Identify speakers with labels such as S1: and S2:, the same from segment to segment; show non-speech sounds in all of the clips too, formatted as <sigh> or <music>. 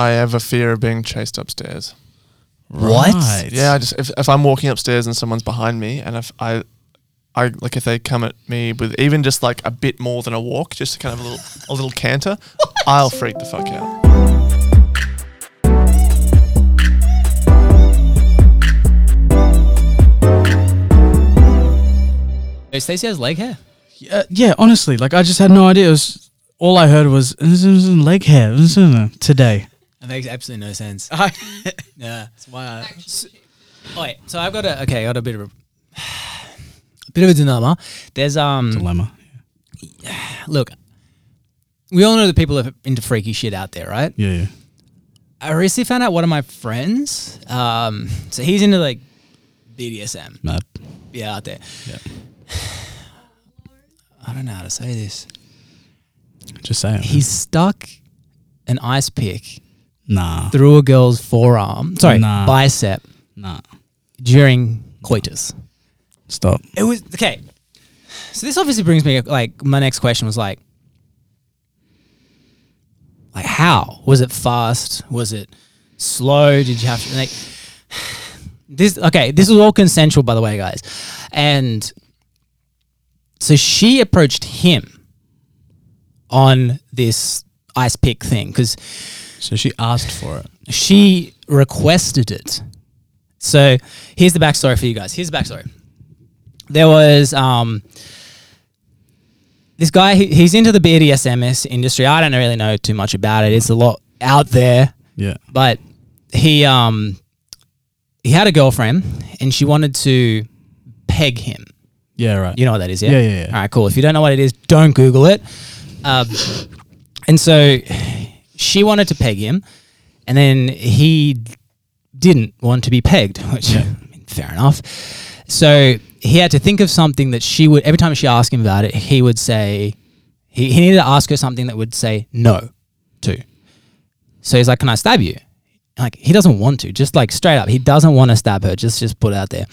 S1: I have a fear of being chased upstairs.
S2: What?
S3: Right.
S1: Yeah, I just if, if I'm walking upstairs and someone's behind me, and if I, I like if they come at me with even just like a bit more than a walk, just kind of a little a little canter, I'll freak the fuck out.
S2: Yo, Stacey has leg hair.
S3: Uh, yeah, honestly, like I just had no idea. It was all I heard was leg hair today.
S2: That makes absolutely no <laughs> sense.
S3: I,
S2: Yeah, that's why I. S- oh, wait, so I've got a okay. I got a bit of a, a <sighs> bit of a dilemma. There's um.
S3: Dilemma.
S2: Look, we all know that people are into freaky shit out there, right?
S3: Yeah, yeah.
S2: I recently found out one of my friends. Um, so he's into like BDSM.
S3: Mad.
S2: Yeah, out there.
S3: Yeah.
S2: <sighs> I don't know how to say this.
S3: Just saying.
S2: He stuck an ice pick
S3: nah.
S2: through a girl's forearm. Sorry,
S3: Nah.
S2: bicep
S3: Nah.
S2: during coitus.
S3: Stop.
S2: It was okay. So this obviously brings me like my next question was like, like how was it fast? Was it slow? Did you have to like this? Okay, this was all consensual, by the way, guys. And so she approached him on this ice pick thing because
S3: So she asked for it.
S2: she requested it. So here's the backstory for you guys. Here's the backstory. There was um, this guy. He, he's into the BDSMS industry. I don't really know too much about it. It's a lot out there,
S3: Yeah.
S2: but he um, he had a girlfriend, and she wanted to peg him.
S3: Yeah, right.
S2: You know what that is, yeah?
S3: Yeah, yeah, yeah.
S2: All right, cool. If you don't know what it is, don't Google it. Um, and so she wanted to peg him, and then he didn't want to be pegged, <laughs> which, I mean, fair enough. So he had to think of something that she would, every time she asked him about it, he would say, he, he needed to ask her something that would say no to. So he's like, Can I stab you? Like, he doesn't want to, just like straight up. He doesn't want to stab her, just, just put it out there.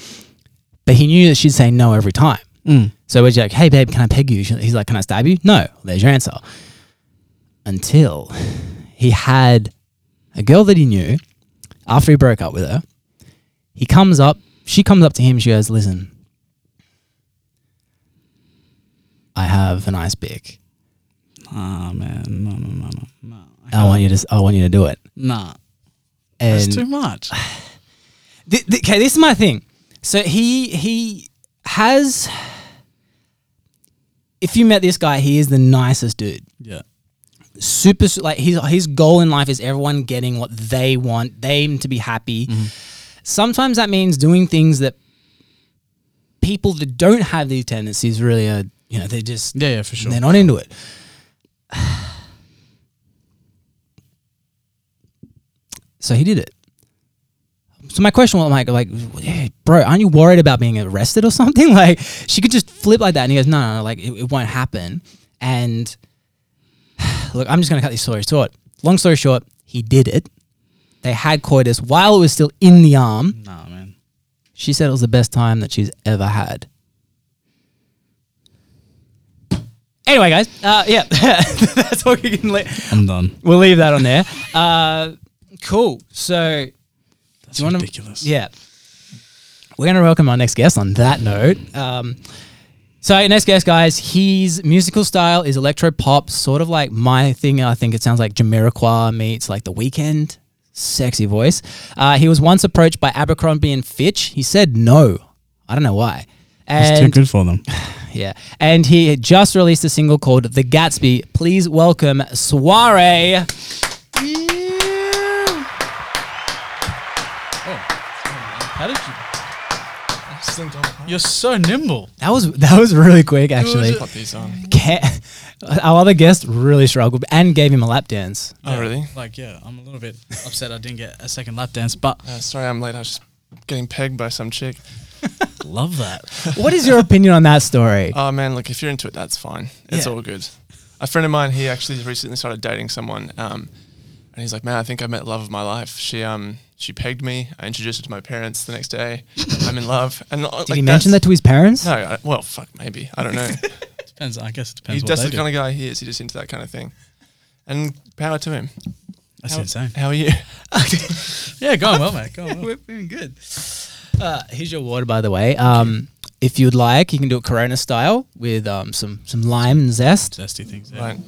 S2: But he knew that she'd say no every time.
S3: Mm.
S2: So we're like, hey, babe, can I peg you? She- He's like, can I stab you? No. There's your answer. Until he had a girl that he knew after he broke up with her. He comes up, she comes up to him, she goes, listen, I have an ice pick.
S3: Ah, man. No, no, no, no. No.
S2: I want you to, I want you to do it.
S3: Nah. That's too
S2: And <sighs>
S3: much.
S2: th- th- okay, this is my thing. So he, he has, if you met this guy, he is the nicest dude.
S3: Yeah.
S2: super su- like his his goal in life is everyone getting what they want, them to be happy. Sometimes that means doing things that people that don't have these tendencies really are you know they just
S3: Yeah, yeah, for sure.
S2: they're not into it. <sighs> So he did it. So my question was like, like, hey, bro, aren't you worried about being arrested or <laughs> something? Like, she could just flip like that, and he goes, no, no, no like it, it won't happen. And <sighs> look, I'm just gonna cut this story short. Long story short, he did it. They had coitus while it was still in the arm.
S3: Nah, man.
S2: She said it was the best time that she's ever had. Anyway, guys, uh, yeah, <laughs> that's all you can. Le-
S3: I'm done.
S2: we'll leave that on there. Uh, cool. So,
S3: That's
S2: you wanna-
S3: ridiculous.
S2: yeah, we're gonna welcome our next guest. On that note, um, so our next guest, guys, his musical style is electro pop, sort of like my thing. I think it sounds like Jamiroquai meets like The Weekend. Sexy voice. Uh, he was once approached by Abercrombie and Fitch. He said no. I don't know why.
S3: It's too
S2: And
S3: good
S2: <sighs>
S3: for them. Oh,
S2: yeah. And he had just released a single called The Gatsby. Please welcome Soiree.
S3: How did you? You're so nimble.
S2: That was that was really quick actually.
S1: Put these on.
S2: Ca- <laughs> Our other guest really struggled and gave him a lap dance.
S1: Oh really?
S3: Like, yeah, I'm a little bit upset I didn't get a second lap dance, but
S1: Uh, sorry, I'm late. I was just getting pegged by some chick.
S3: love that.
S2: What is your opinion on that story?
S1: Oh man, look, if you're into it, that's fine. It's
S2: Yeah.
S1: all good. A friend of mine, he actually recently started dating someone, um, and he's like, "Man, I think I met the love of my life." She um she pegged me. I introduced her to my parents the next day. I'm in love. And uh,
S2: Did he mention that to his parents?
S1: No, I, well, fuck, maybe I
S3: <laughs>
S1: don't know.
S3: Depends. I guess it depends.
S1: He's
S3: what
S1: that's
S3: they
S1: the
S3: do.
S1: kind of guy he is. He's just into that kind of thing, and power to him.
S3: That's
S2: How-
S3: insane.
S1: <laughs> How are you?
S3: Yeah, going well, mate. Going well.
S2: We're doing good. Uh, here's your water, by the way. Um, if you'd like, you can do it Corona style with um, some some lime and zest.
S3: Zesty things. Yeah.
S1: Right.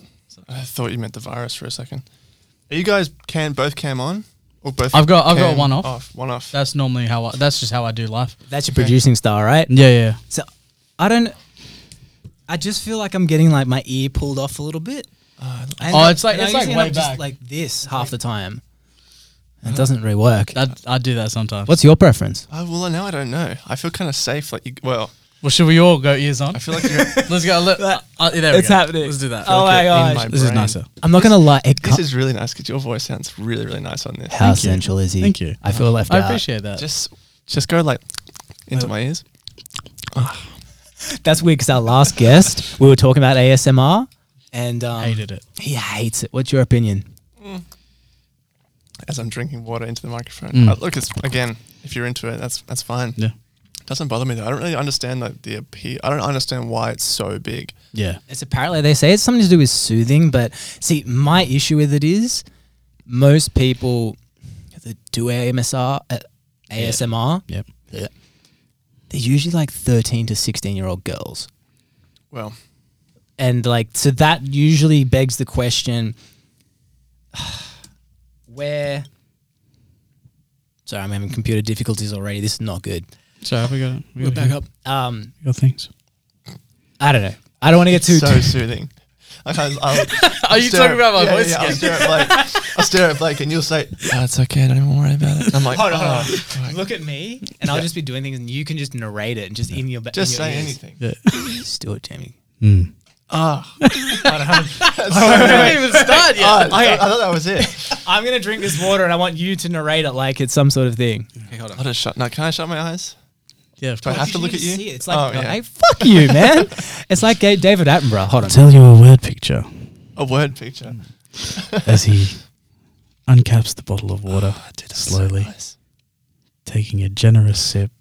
S1: I thought you meant the virus for a second. Are you guys can both cam on or both?
S3: I've got- I've got
S1: cam
S3: one off.
S1: One off.
S3: That's normally how. I, that's Mm. just how I do life.
S2: That's your producing style, right?
S3: Yeah, yeah.
S2: So I don't. I just feel like I'm getting like my ear pulled off a little bit. And
S3: Oh,
S2: I-
S3: it's like-
S2: and I
S3: it's like
S2: usually end
S3: way
S2: up just
S3: back.
S2: like this half the time. It doesn't really work.
S3: That I do that sometimes.
S2: What's your preference?
S1: Oh, well, now I don't know. I feel kind of safe. Like you, well,
S3: Well, should we all go ears on?
S1: I feel like you're
S3: Let's go. Let,
S2: That-
S3: uh, there we
S2: it's
S3: go.
S2: happening.
S3: Let's do that.
S2: Oh my
S1: in
S2: gosh.
S1: my
S3: This is
S1: brain.
S3: nicer.
S2: I'm not gonna lie. It
S1: This
S2: cut-
S1: is really nice because your voice sounds really, really nice on this.
S2: how
S3: Thank you.
S2: essential is he?
S3: Thank you.
S2: I feel left
S3: I
S2: out.
S3: appreciate that.
S1: Just, just go like into my ears.
S2: That's weird because our last
S3: <laughs>
S2: guest, we were talking about ASMR, and um,
S3: hated it.
S2: he hates it. What's your opinion?
S1: as I'm drinking water into the microphone.
S3: Mm.
S1: Uh, look, it's again, if you're into it, that's that's fine.
S3: Yeah.
S1: Doesn't bother me though. I don't really understand like the appeal. I don't understand why it's so big.
S3: Yeah.
S2: It's apparently they say it's something to do with soothing, but see, my issue with it is most people that do AMSR, uh, ASMR,
S3: Yep.
S2: they're usually like thirteen to sixteen year old girls,
S1: Well,
S2: and like so that usually begs the question, <sighs> where. Sorry, I'm having computer difficulties already. This is not good.
S3: So have we got? We got,
S2: back up. Um,
S3: we got things.
S2: I don't know. I don't want to get too.
S1: so soothing. Like I, I,
S3: <laughs> Are you talking about my
S1: yeah,
S3: voice
S1: Yeah, I'll
S3: again?
S1: stare at Blake. I'll stare at Blake, and you'll say, oh, "It's okay. Don't even worry about it." I'm like,
S2: Hold on,
S1: "Oh,
S2: hold
S1: fuck."
S2: Look at me, and I'll just be doing things, and you can just narrate it and just in your ba-
S1: Just
S2: in your
S1: say
S2: ears. <laughs>
S1: anything.
S3: Yeah.
S2: Just do it, Jamie.
S3: Mm.
S1: Ah, <laughs>
S3: <laughs> We haven't even started
S1: ah,
S3: <laughs> yet.
S1: I, I thought that was it.
S2: I'm gonna drink this water, and I want you to narrate it like it's some sort of thing. Oh,
S1: I'll just shut. No, can I shut my eyes?
S3: Yeah. Of
S1: Do I
S3: course.
S1: have to look at you?
S2: See it. It's like,
S1: oh, yeah.
S2: hey, fuck you,
S1: <laughs>
S2: man. it's like Ga- David Attenborough. Hold on.
S3: Tell you a word picture
S1: a word picture.
S3: Mm. as he uncaps the bottle of water slowly,
S1: Nice.
S3: taking a generous sip.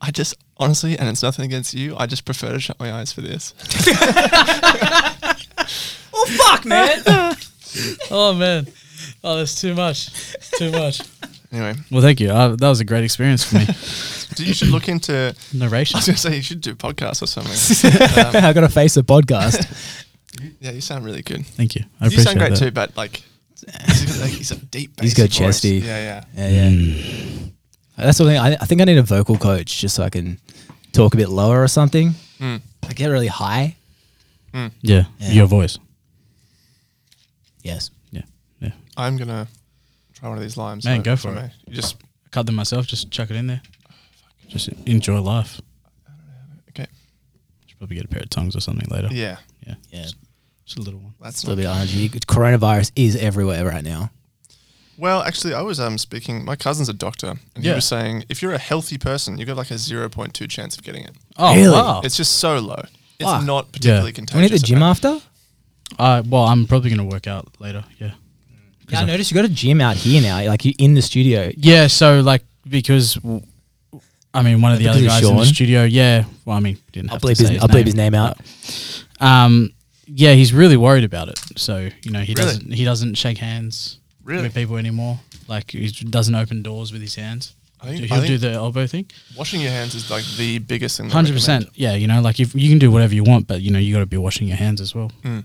S1: I just honestly, and it's nothing against you. I just prefer to shut my eyes for this.
S2: <laughs> Oh fuck, <laughs> man.
S3: Oh man. Oh, that's too much. Too much.
S1: Anyway,
S3: <laughs> Well, thank you. Uh, that was a great experience for me.
S1: do you should look into. I
S3: <laughs> Narration.
S1: was going to say you should do podcasts or something. um,
S2: <laughs> I gotta face a
S3: <laughs>
S2: podcast.
S1: yeah, you sound really good.
S3: <laughs> Thank you. I
S1: you
S3: appreciate
S1: sound great
S3: that.
S1: too, but like, he's got, like he's a
S3: <laughs>
S1: deep.
S2: He's
S1: bassy
S2: got
S1: voice.
S2: chesty.
S1: Yeah, yeah.
S2: Yeah, yeah.
S3: Mm.
S2: That's the thing. I, I think I need a vocal coach just so I can talk a bit lower or something.
S1: Mm.
S2: I get really high.
S3: Yeah.
S2: Yeah.
S3: Your voice.
S2: Yes.
S3: Yeah. Yeah.
S1: I'm gonna try one of these limes.
S3: Man,
S1: so-
S3: go for
S1: so
S3: it.
S1: may- You just
S3: I cut them myself. Just chuck it in there. Just enjoy life.
S1: okay.
S3: Should probably get a pair of tongs or something later.
S1: Yeah,
S3: Yeah.
S2: Yeah.
S3: Just a little one.
S1: that's
S2: It's a little
S1: not.
S2: bit energy. Coronavirus is everywhere right now.
S1: Well, actually, I was um speaking. My cousin's a doctor, and he
S3: Yeah.
S1: was saying if you're a healthy person, you got like a zero point two chance of getting it.
S3: Oh,
S2: Really?
S3: wow.
S1: It's just so low. It's
S2: Fuck.
S1: not particularly
S2: Do we
S1: contagious.
S2: need the gym
S1: apparently.
S2: after?
S3: Uh, well, I'm probably going to work out later. Yeah.
S2: Yeah, I noticed you got a gym out here now. Like you in the studio.
S3: Yeah. So, like, because, w- I mean, one of the
S2: Because
S3: other
S2: of
S3: guys in the
S2: Sean?
S3: studio, yeah. Well, I mean, didn't
S2: I'll
S3: have
S2: bleep
S3: to
S2: his,
S3: say Uh,
S2: I'll bleep his name out.
S3: Um, yeah, he's really worried about it. So, you know, he
S1: Really?
S3: doesn't he doesn't shake hands
S1: Really?
S3: with people anymore. Like, he doesn't open doors with his hands.
S1: I think-
S3: He'll
S1: I think-
S3: do the elbow thing.
S1: Washing your hands is like the biggest thing. they
S3: Hundred percent.
S1: recommend.
S3: Yeah, you know, like if you can do whatever you want, but you know, you got to be washing your hands as well.
S1: Hmm.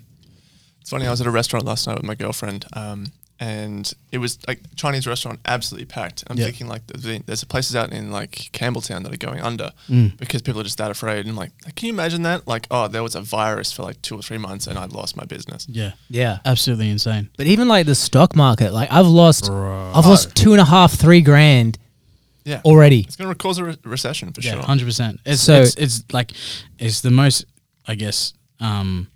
S1: It's funny. I was at a restaurant last night with my girlfriend, um, and it was like Chinese restaurant, absolutely packed. I'm
S3: Yeah.
S1: thinking like th- the, there's places out in like Campbelltown that are going under
S2: Mm.
S1: because people are just that afraid. And like, can you imagine that? Like, oh, there was a virus for like two or three months, and I lost my business.
S3: Yeah,
S2: Yeah.
S3: absolutely insane.
S2: Uh, But even like the stock market, like I've lost,
S3: Bro.
S2: I've lost two and a half, three grand
S1: Yeah,
S2: already.
S1: it's going to cause a re- recession for
S3: Yeah,
S1: sure.
S3: hundred percent. It's
S2: So-
S3: it's it's like it's the most, I guess, um,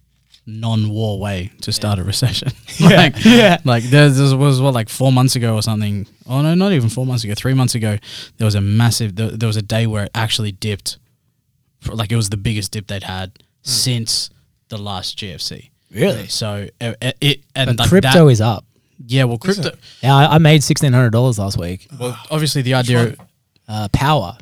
S3: non-war way to start a recession. <laughs> like,
S2: yeah.
S3: Like there, there was what like four months ago or something. Oh no, not even four months ago. Three months ago, there was a massive. There, there was a day where it actually dipped. For, like it was the biggest dip they'd had
S1: Hmm.
S3: since the last GFC.
S2: Really?
S3: So it, it, it- and
S2: But
S3: like
S2: crypto
S3: that,
S2: is up.
S3: yeah. Well, crypto.
S2: Yeah, I, I made sixteen hundred dollars last week.
S3: Well, obviously the idea.
S2: Uh, power.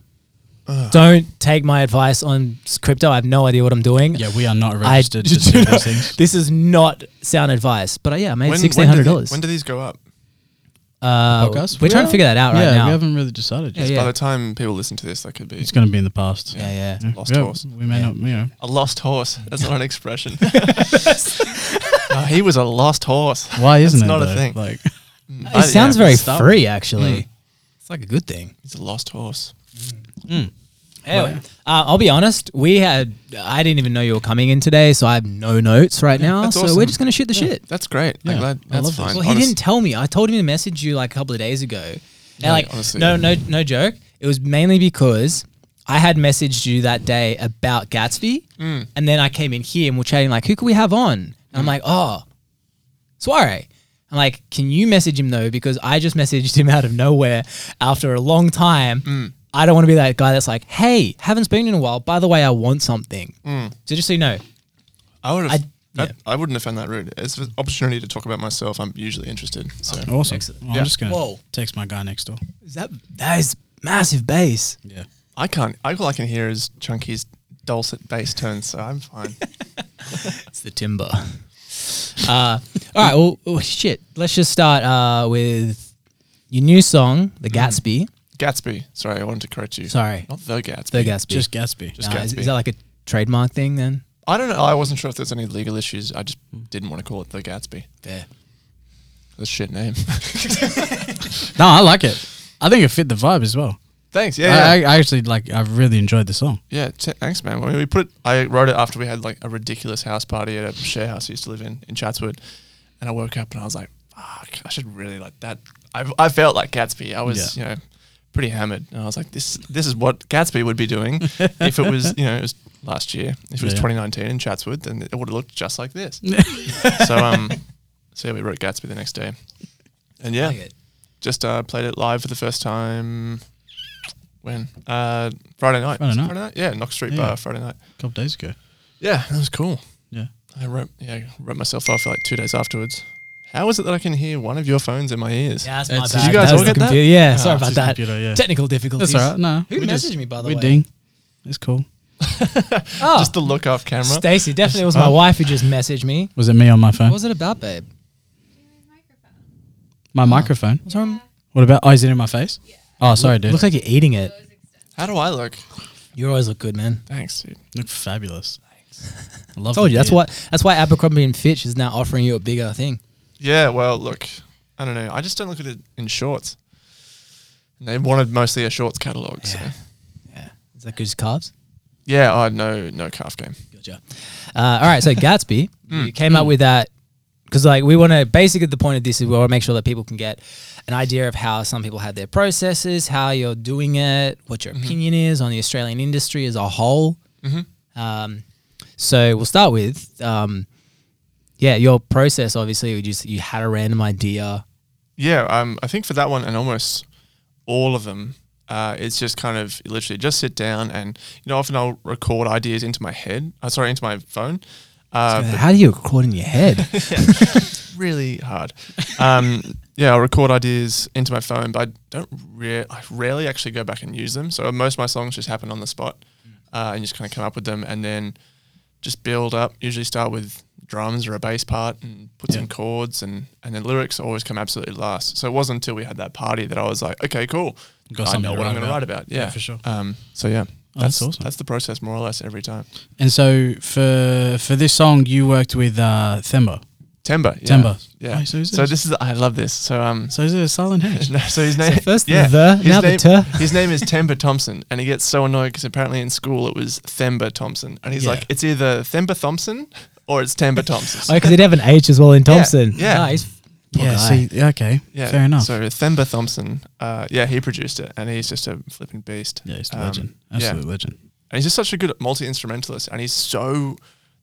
S2: Don't take my advice on s- crypto. I have no idea what I'm doing.
S3: Yeah, we are not
S2: I <laughs>
S3: registered to do these things.
S2: This is not sound advice. But uh, yeah, I made
S1: When-
S2: sixteen hundred
S1: when do they-
S2: dollars.
S1: When do these go up?
S2: Uh,
S3: podcast?
S2: We're
S3: We
S2: trying to
S3: are?
S2: figure that out
S3: yeah,
S2: right now.
S3: we haven't really decided.
S2: Yeah,
S3: yet.
S2: yeah.
S1: By the time people listen to this, that could be
S3: It's going to be in the past.
S2: yeah, yeah.
S3: Yeah.
S1: Lost
S3: Yeah,
S1: horse.
S3: We may
S2: Yeah.
S3: not, you know.
S1: a lost horse. That's not an
S2: <laughs>
S1: expression. No, he was a lost horse.
S3: Why isn't
S1: That's
S3: it?
S1: not a
S3: though?
S1: thing.
S3: Like,
S2: It
S1: I-
S2: sounds
S1: yeah,
S2: very
S3: stop.
S2: free, actually. It's like a good thing.
S1: He's a lost horse.
S2: Anyway, uh, I'll be honest. We had I didn't even know you were coming in today, so I have no notes right now.
S1: that's
S2: so
S1: awesome.
S2: we're just gonna shoot the shit.
S1: That's great.
S3: Yeah,
S1: I'm glad.
S3: I love
S1: That's
S3: this.
S1: fine.
S2: Well, he
S1: Honest-
S2: didn't tell me. I told him to message you like a couple of days ago. And like,
S1: honestly.
S2: no, no, no joke. It was mainly because I had messaged you that day about Gatsby,
S1: Mm.
S2: and then I came in here and we're chatting like, who could we have on? And I'm like, oh, Soiree. I'm like, can you message him though? Because I just messaged him <laughs> out of nowhere after a long time.
S1: Mm.
S2: I don't want to be that guy that's like, hey, haven't spoken in a while. By the way, I want something.
S1: Mm.
S2: So just so you know,
S1: I would have.
S2: I-
S1: I,
S2: yeah.
S1: I wouldn't have found that rude. It's an opportunity to talk about myself. I'm usually interested. So
S3: awesome.
S2: Excellent.
S3: Well,
S1: Yeah.
S3: I'm just going
S2: Whoa.
S3: to text my guy next door.
S2: is that that is massive bass.
S3: Yeah.
S1: I can't. I, all I can hear is Chunky's dulcet bass tones. So I'm
S2: <laughs>
S1: fine.
S2: It's the timber. <laughs> Uh, all right. Well, oh, shit. Let's just start uh, with your new song,
S3: Mm-hmm.
S2: The Gatsby.
S1: Gatsby. Sorry, I wanted to correct you.
S2: Sorry,
S1: Not the Gatsby.
S2: The Gatsby.
S3: Oh, Just Gatsby.
S1: Just
S2: Nah, is,
S1: Gatsby.
S2: is that like a trademark thing then?
S1: I don't know. I wasn't sure if there's any legal issues. I just didn't want to call it the Gatsby.
S2: Fair.
S1: That's a shit name. <laughs>
S3: No, I like it. I think it fit the vibe as well.
S1: Thanks. Yeah.
S3: I,
S1: yeah.
S3: I actually like. I really enjoyed the song.
S1: yeah. T- thanks, man. I mean, we put it. I wrote it after we had like a ridiculous house party at a share house I used to live in in Chatswood, and I woke up and I was like, "Fuck! I should really like that." I I felt like Gatsby. I was you know pretty hammered, and I was like, "This this is what Gatsby would be doing if it was you know it was last year. If it was
S3: Yeah.
S1: 2019 in Chatswood, then it would have looked just like this." so um, so yeah, we wrote Gatsby the next day, and yeah,
S2: Like it.
S1: just uh, played it live for the first time when uh, Friday night.
S3: Friday
S1: Was it
S3: night.
S1: yeah, Knox Street
S3: Yeah.
S1: Bar Friday night.
S3: A couple days ago.
S1: Yeah, that was cool.
S3: Yeah.
S1: I wrote yeah wrote myself off for like two days afterwards. How is it that I can hear one of your phones in my ears?
S2: Yeah, that's
S3: It's-
S2: my
S3: did
S2: bad.
S3: you
S2: was
S3: guys
S1: all
S2: the
S1: get that?
S2: computer- Yeah,
S1: Ah,
S2: sorry
S3: It's
S2: about
S3: his
S2: that.
S3: Computer, yeah.
S2: Technical difficulties.
S3: That's all right. No.
S2: Who
S3: we
S2: messaged
S3: just-
S2: me, by the
S3: we
S2: way?
S3: ding. It's cool.
S2: Oh,
S1: Just the look off camera.
S2: Stacey. Definitely it was my
S3: Huh?
S2: wife who just messaged me.
S3: Was it me on my phone?
S2: What was it about, babe?
S3: my microphone.
S2: What's wrong?
S3: What about? Oh, is it in my face? Yeah. Oh, sorry, dude.
S2: Looks
S3: Look,
S2: like you're eating it.
S1: How do I look?
S2: You always look good, man.
S1: Thanks, dude.
S2: <laughs>
S3: fabulous. I love.
S2: Told
S3: the
S2: you. That's
S3: beard.
S2: why. That's why Abercrombie and Fitch is now offering you a bigger thing.
S1: Yeah, well, look, I don't know. I just don't look at it in shorts. And they wanted mostly a shorts catalog. So
S2: Yeah. Is that because calves?
S1: yeah, I no no calf game.
S2: Gotcha. Uh, all right, so
S1: <laughs>
S2: Gatsby,
S1: Hmm.
S2: you came up with that because, like, we want to basically the point of this is we want to make sure that people can get an idea of how some people have their processes, how you're doing it, what
S1: Mm-hmm.
S2: your opinion is on the Australian industry as a whole.
S1: Mm-hmm.
S2: Um, so we'll start with, um, yeah, your process. Obviously, you just you had a random idea.
S1: Yeah, um, I think for that one and almost all of them, uh, it's just kind of you literally just sit down and you know often I'll record ideas into my head. Uh, sorry, into my phone. Uh, but
S2: how do you record in your head?
S1: <laughs> really hard. Um, <laughs> yeah, I'll record ideas into my phone, but I don't. Re- I rarely actually go back and use them. So most of my songs just happen on the spot, uh, and just kind of come up with them and then just build up. Usually start with drums or a bass part and put some chords and and then lyrics always come absolutely last. So it wasn't until we had that party that I was like, okay, cool,
S3: Got
S1: I
S3: something
S1: know
S3: to
S1: what I'm
S3: write
S1: going to
S3: about.
S1: write about. Yeah,
S3: Yeah, for sure.
S1: Um, so yeah.
S3: Oh, that's awesome.
S1: That's the process, more or less, every time.
S3: And so for for this song, you worked with uh, Themba.
S1: Timber, yeah.
S3: Temba.
S1: yeah.
S3: Oh, so is
S1: so
S3: this-
S1: this is I love this. So um,
S3: So is it a
S1: <laughs>
S3: silent hedge?
S1: No, so his name
S2: first
S1: yeah,
S2: the,
S1: his
S2: now the
S1: name,
S2: te.
S1: His name is Temba Thompson, and he gets so annoyed because apparently in school it was Themba Thompson, and he's
S3: Yeah.
S1: like, it's either Themba Thompson or it's Temba Thompson.
S2: oh, because he'd have an H as well in Thompson.
S1: yeah.
S2: Ah, he's, poor
S3: yeah.
S2: guy.
S3: See. Okay.
S1: <laughs> yeah,
S3: Fair enough.
S1: So Themba Thompson, uh, yeah, he produced it, and he's just a flipping beast.
S3: yeah, he's a
S1: Um,
S3: legend.
S1: yeah.
S3: Absolute legend.
S1: and he's just such a good multi instrumentalist, and he's so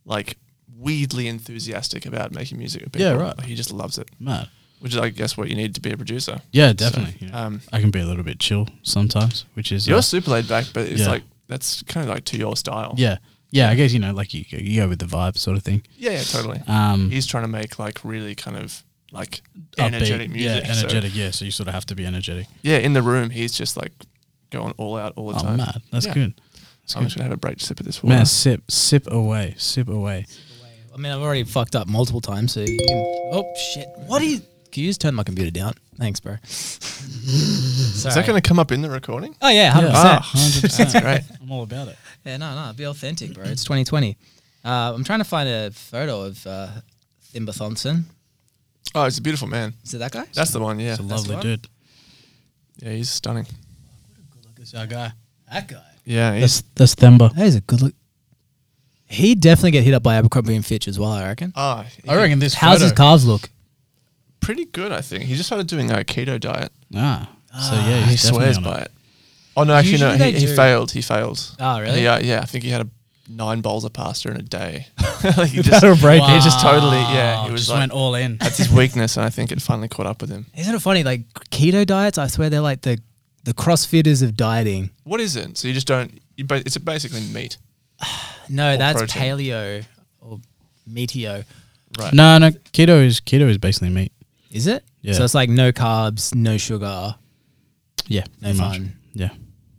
S1: like weirdly enthusiastic about making music. with
S3: Yeah,
S1: people.
S3: right.
S1: Like, he just loves it,
S3: Mad.
S1: which is, I guess, what you need to be a producer.
S3: Yeah, definitely. you know.
S1: Um,
S3: I can be a little bit chill sometimes, which is uh,
S1: you're super laid back, but it's
S3: Yeah.
S1: like that's kind of like to your style.
S3: yeah, yeah. I guess you know, like you, you go with the vibe sort of thing.
S1: yeah, yeah totally.
S3: Um,
S1: he's trying to make like really kind of like
S3: upbeat,
S1: energetic music.
S3: Yeah,
S1: So,
S3: energetic. yeah, so you sort of have to be energetic.
S1: yeah, in the room, he's just like going all out all the
S3: Oh,
S1: time.
S3: mad. That's
S1: Yeah.
S3: good. That's
S1: I'm
S3: good.
S1: just gonna have a break sip of this water.
S3: Man, sip, sip away, sip away.
S2: I mean, I've already fucked up multiple times, so you can. Oh, shit. What do you. Can you just turn my computer down?
S4: Thanks, bro.
S1: <laughs> Is that going to come up in the recording?
S4: oh yeah, hundred
S1: Ah,
S4: percent.
S1: that's great.
S3: I'm all about it.
S2: Yeah, no, no, be authentic, bro. It's 2020. Uh, I'm trying to find a photo of uh, Thimba Thompson.
S1: Oh, he's a beautiful man.
S2: Is it that guy?
S1: That's the one. Yeah,
S3: It's a
S2: That's
S3: lovely
S2: the
S3: dude.
S1: yeah, he's stunning.
S3: Look, it's our guy.
S2: that guy.
S1: Yeah, he's.
S3: That's that's Themba.
S4: That is a good look.
S2: He'd definitely get hit up by Abercrombie and Fitch as well. I reckon.
S1: Ah, he-
S3: I reckon this
S4: How's his
S3: photo-
S4: calves look?
S1: pretty good, I think. He just started doing a keto diet.
S3: Ah, so yeah,
S1: he
S3: he's definitely
S1: swears
S3: on
S1: by it. Oh no, actually no,
S2: Usually
S1: he,
S2: they
S1: he
S2: do.
S1: failed. He failed.
S2: Oh, really?
S1: Yeah, yeah. I think he had a nine bowls of pasta in a day. <laughs> like he
S4: That'll
S1: just,
S4: break.
S1: Wow. He just totally- yeah,
S3: Wow,
S1: he was
S3: just
S1: like-
S3: went all
S1: <laughs>
S3: in.
S1: that's his weakness, and I think it finally caught up with him.
S4: Isn't it funny? Like keto diets, I swear they're like the the CrossFitters of dieting.
S1: What is it? So you just don't. You ba- it's basically meat,
S2: No,
S1: Or
S2: that's
S1: protein.
S2: paleo or meteo.
S1: right?
S3: No, no, keto is keto is basically meat.
S2: Is it?
S3: Yeah.
S2: So it's like no carbs, no sugar,
S3: Yeah,
S2: no
S3: pretty much.
S2: fun.
S3: Yeah,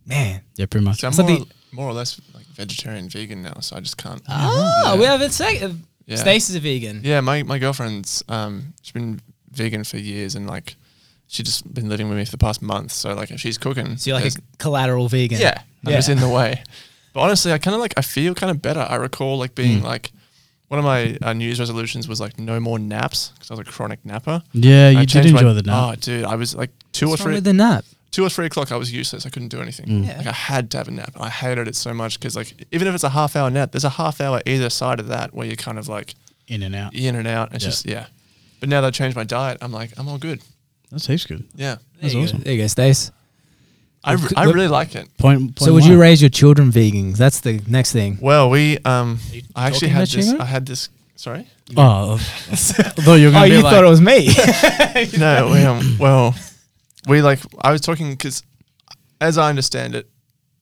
S2: Man.
S3: yeah, pretty much.
S1: So I'm
S4: So
S1: more,
S4: the-
S1: more or less like vegetarian, vegan now. So I just can't.
S2: Ah,
S1: yeah.
S2: we have a second.
S1: Yeah.
S2: Stacy's a vegan.
S1: Yeah, my my girlfriend's um, she's been vegan for years, and like she's just been living with me for the past month. So like if she's cooking,
S2: So you're like
S1: there's-
S2: a collateral vegan.
S1: Yeah, I'm
S2: Yeah.
S1: just in the way. But honestly, I kind of like I feel kind of better. I recall like being like one of my uh, New Year's resolutions was like no more naps because I was a chronic napper.
S3: Yeah, you
S1: I
S3: did
S1: changed my-
S3: enjoy the nap.
S1: Oh, dude, I was like two
S2: What's
S1: or
S2: wrong
S1: three,
S2: with the nap?
S1: two or three o'clock. I was useless. I couldn't do anything.
S2: Yeah.
S1: Like I had to have a nap. I hated it so much because like even if it's a half hour nap, there's a half hour either side of that where you're kind of like
S3: In and out.
S1: in and out. It's
S3: Yeah.
S1: just yeah. But now that I changed my diet, I'm like I'm all good.
S3: That's heaps good.
S1: Yeah,
S3: That's
S2: there you
S3: awesome.
S2: Go. There you go, Stace.
S1: I,
S4: Well,
S1: re-
S4: c-
S1: I
S4: look-
S1: really like it.
S3: Point. point
S4: So would you
S3: one.
S4: raise your children vegans? That's the next thing.
S1: Well, we um, I
S4: talking
S1: actually had
S4: about
S1: this.
S4: chicken?
S1: I had this. Sorry. <laughs>
S3: Oh, though you're
S4: Oh,
S3: gonna be
S4: you
S3: like,
S4: thought it was me. <laughs>
S1: no, we, um, well, we like, I was talking because, as I understand it,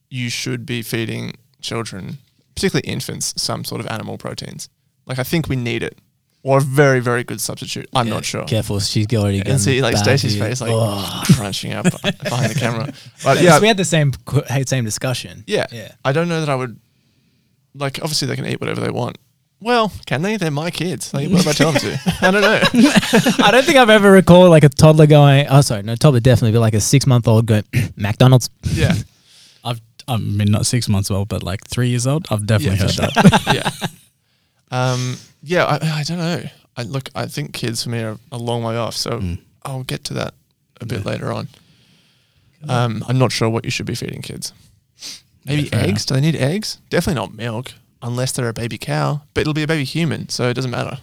S1: you should be feeding children, particularly infants, some sort of animal proteins. Like, I think we need it or a very, very good substitute. <laughs> I'm not sure.
S4: Careful, she's already.
S1: You can see like Stacey's face, like <laughs> crunching up
S4: <laughs>
S1: behind the camera. But yeah,
S4: Oh. we had the same qu- had same discussion.
S1: yeah,
S4: Yeah.
S1: I don't know that I would. Like, obviously, they can eat whatever they want. Well, can they? They're my kids. Like, what if I tell them to? I don't
S4: <laughs>
S1: know.
S4: I don't think I've ever recalled like a toddler going. Oh, sorry, no toddler definitely, but like a six month old going <clears throat> McDonald's.
S1: Yeah,
S3: I've, I mean, not six months old, but like three years old. I've definitely
S1: Yeah,
S3: heard
S1: for <laughs>
S3: that.
S1: yeah. Um, yeah, I, I don't know. I look, I think kids for me are a long way off, so
S3: Mm.
S1: I'll get to that a bit later on. Um, I'm not sure what you should be feeding kids. Maybe
S3: Yeah, fair
S1: eggs? Do they need eggs? Definitely not milk, unless they're a baby cow. But it'll be a baby human, so it doesn't matter.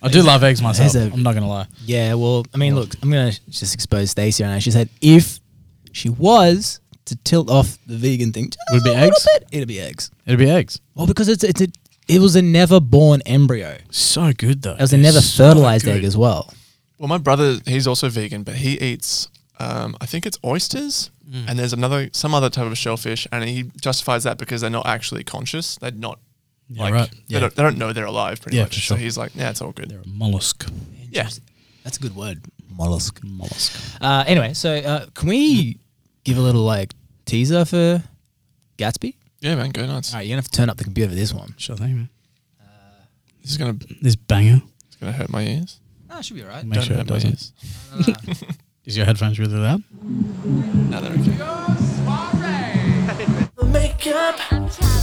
S3: I do love eggs myself.
S4: There's a-
S3: I'm not gonna lie.
S4: Yeah, well, I mean, look, I'm gonna just expose Stacey right now. She said if she was to tilt off the vegan thing, just
S3: Would it be
S4: a little
S3: eggs?
S4: bit, it'd be eggs.
S3: It'd be eggs.
S4: Well, because it's it's a, it was a never born embryo. It
S3: So good though.
S4: was a never fertilized egg as well.
S1: Well, my brother, he's also vegan, but he eats, um, I think it's oysters,
S3: Mm.
S1: and there's another, some other type of shellfish, and he justifies that because they're not actually conscious. They're not,
S3: Yeah,
S1: like,
S3: right.
S1: they,
S3: Yeah.
S1: don't, they don't know they're alive, pretty
S3: Yeah,
S1: much.
S3: for
S1: So
S3: sure.
S1: he's like, yeah, it's all good.
S3: They're a mollusk.
S1: Yeah.
S4: That's a good word. Mollusk.
S3: Mollusk.
S4: Uh, anyway, so uh, can we give a little like teaser for Gatsby?
S1: Yeah, man, go nuts.
S4: All right, you're gonna have to turn up the computer for this one.
S3: Sure thing, man.
S1: This is gonna,
S3: This banger.
S1: it's gonna hurt my ears.
S2: Ah, should be all right.
S3: Make
S1: Don't
S3: sure
S1: hurt
S3: it
S1: my
S3: doesn't.
S1: ears.
S3: Is your headphones really loud?
S1: No, they're okay.
S5: The makeup,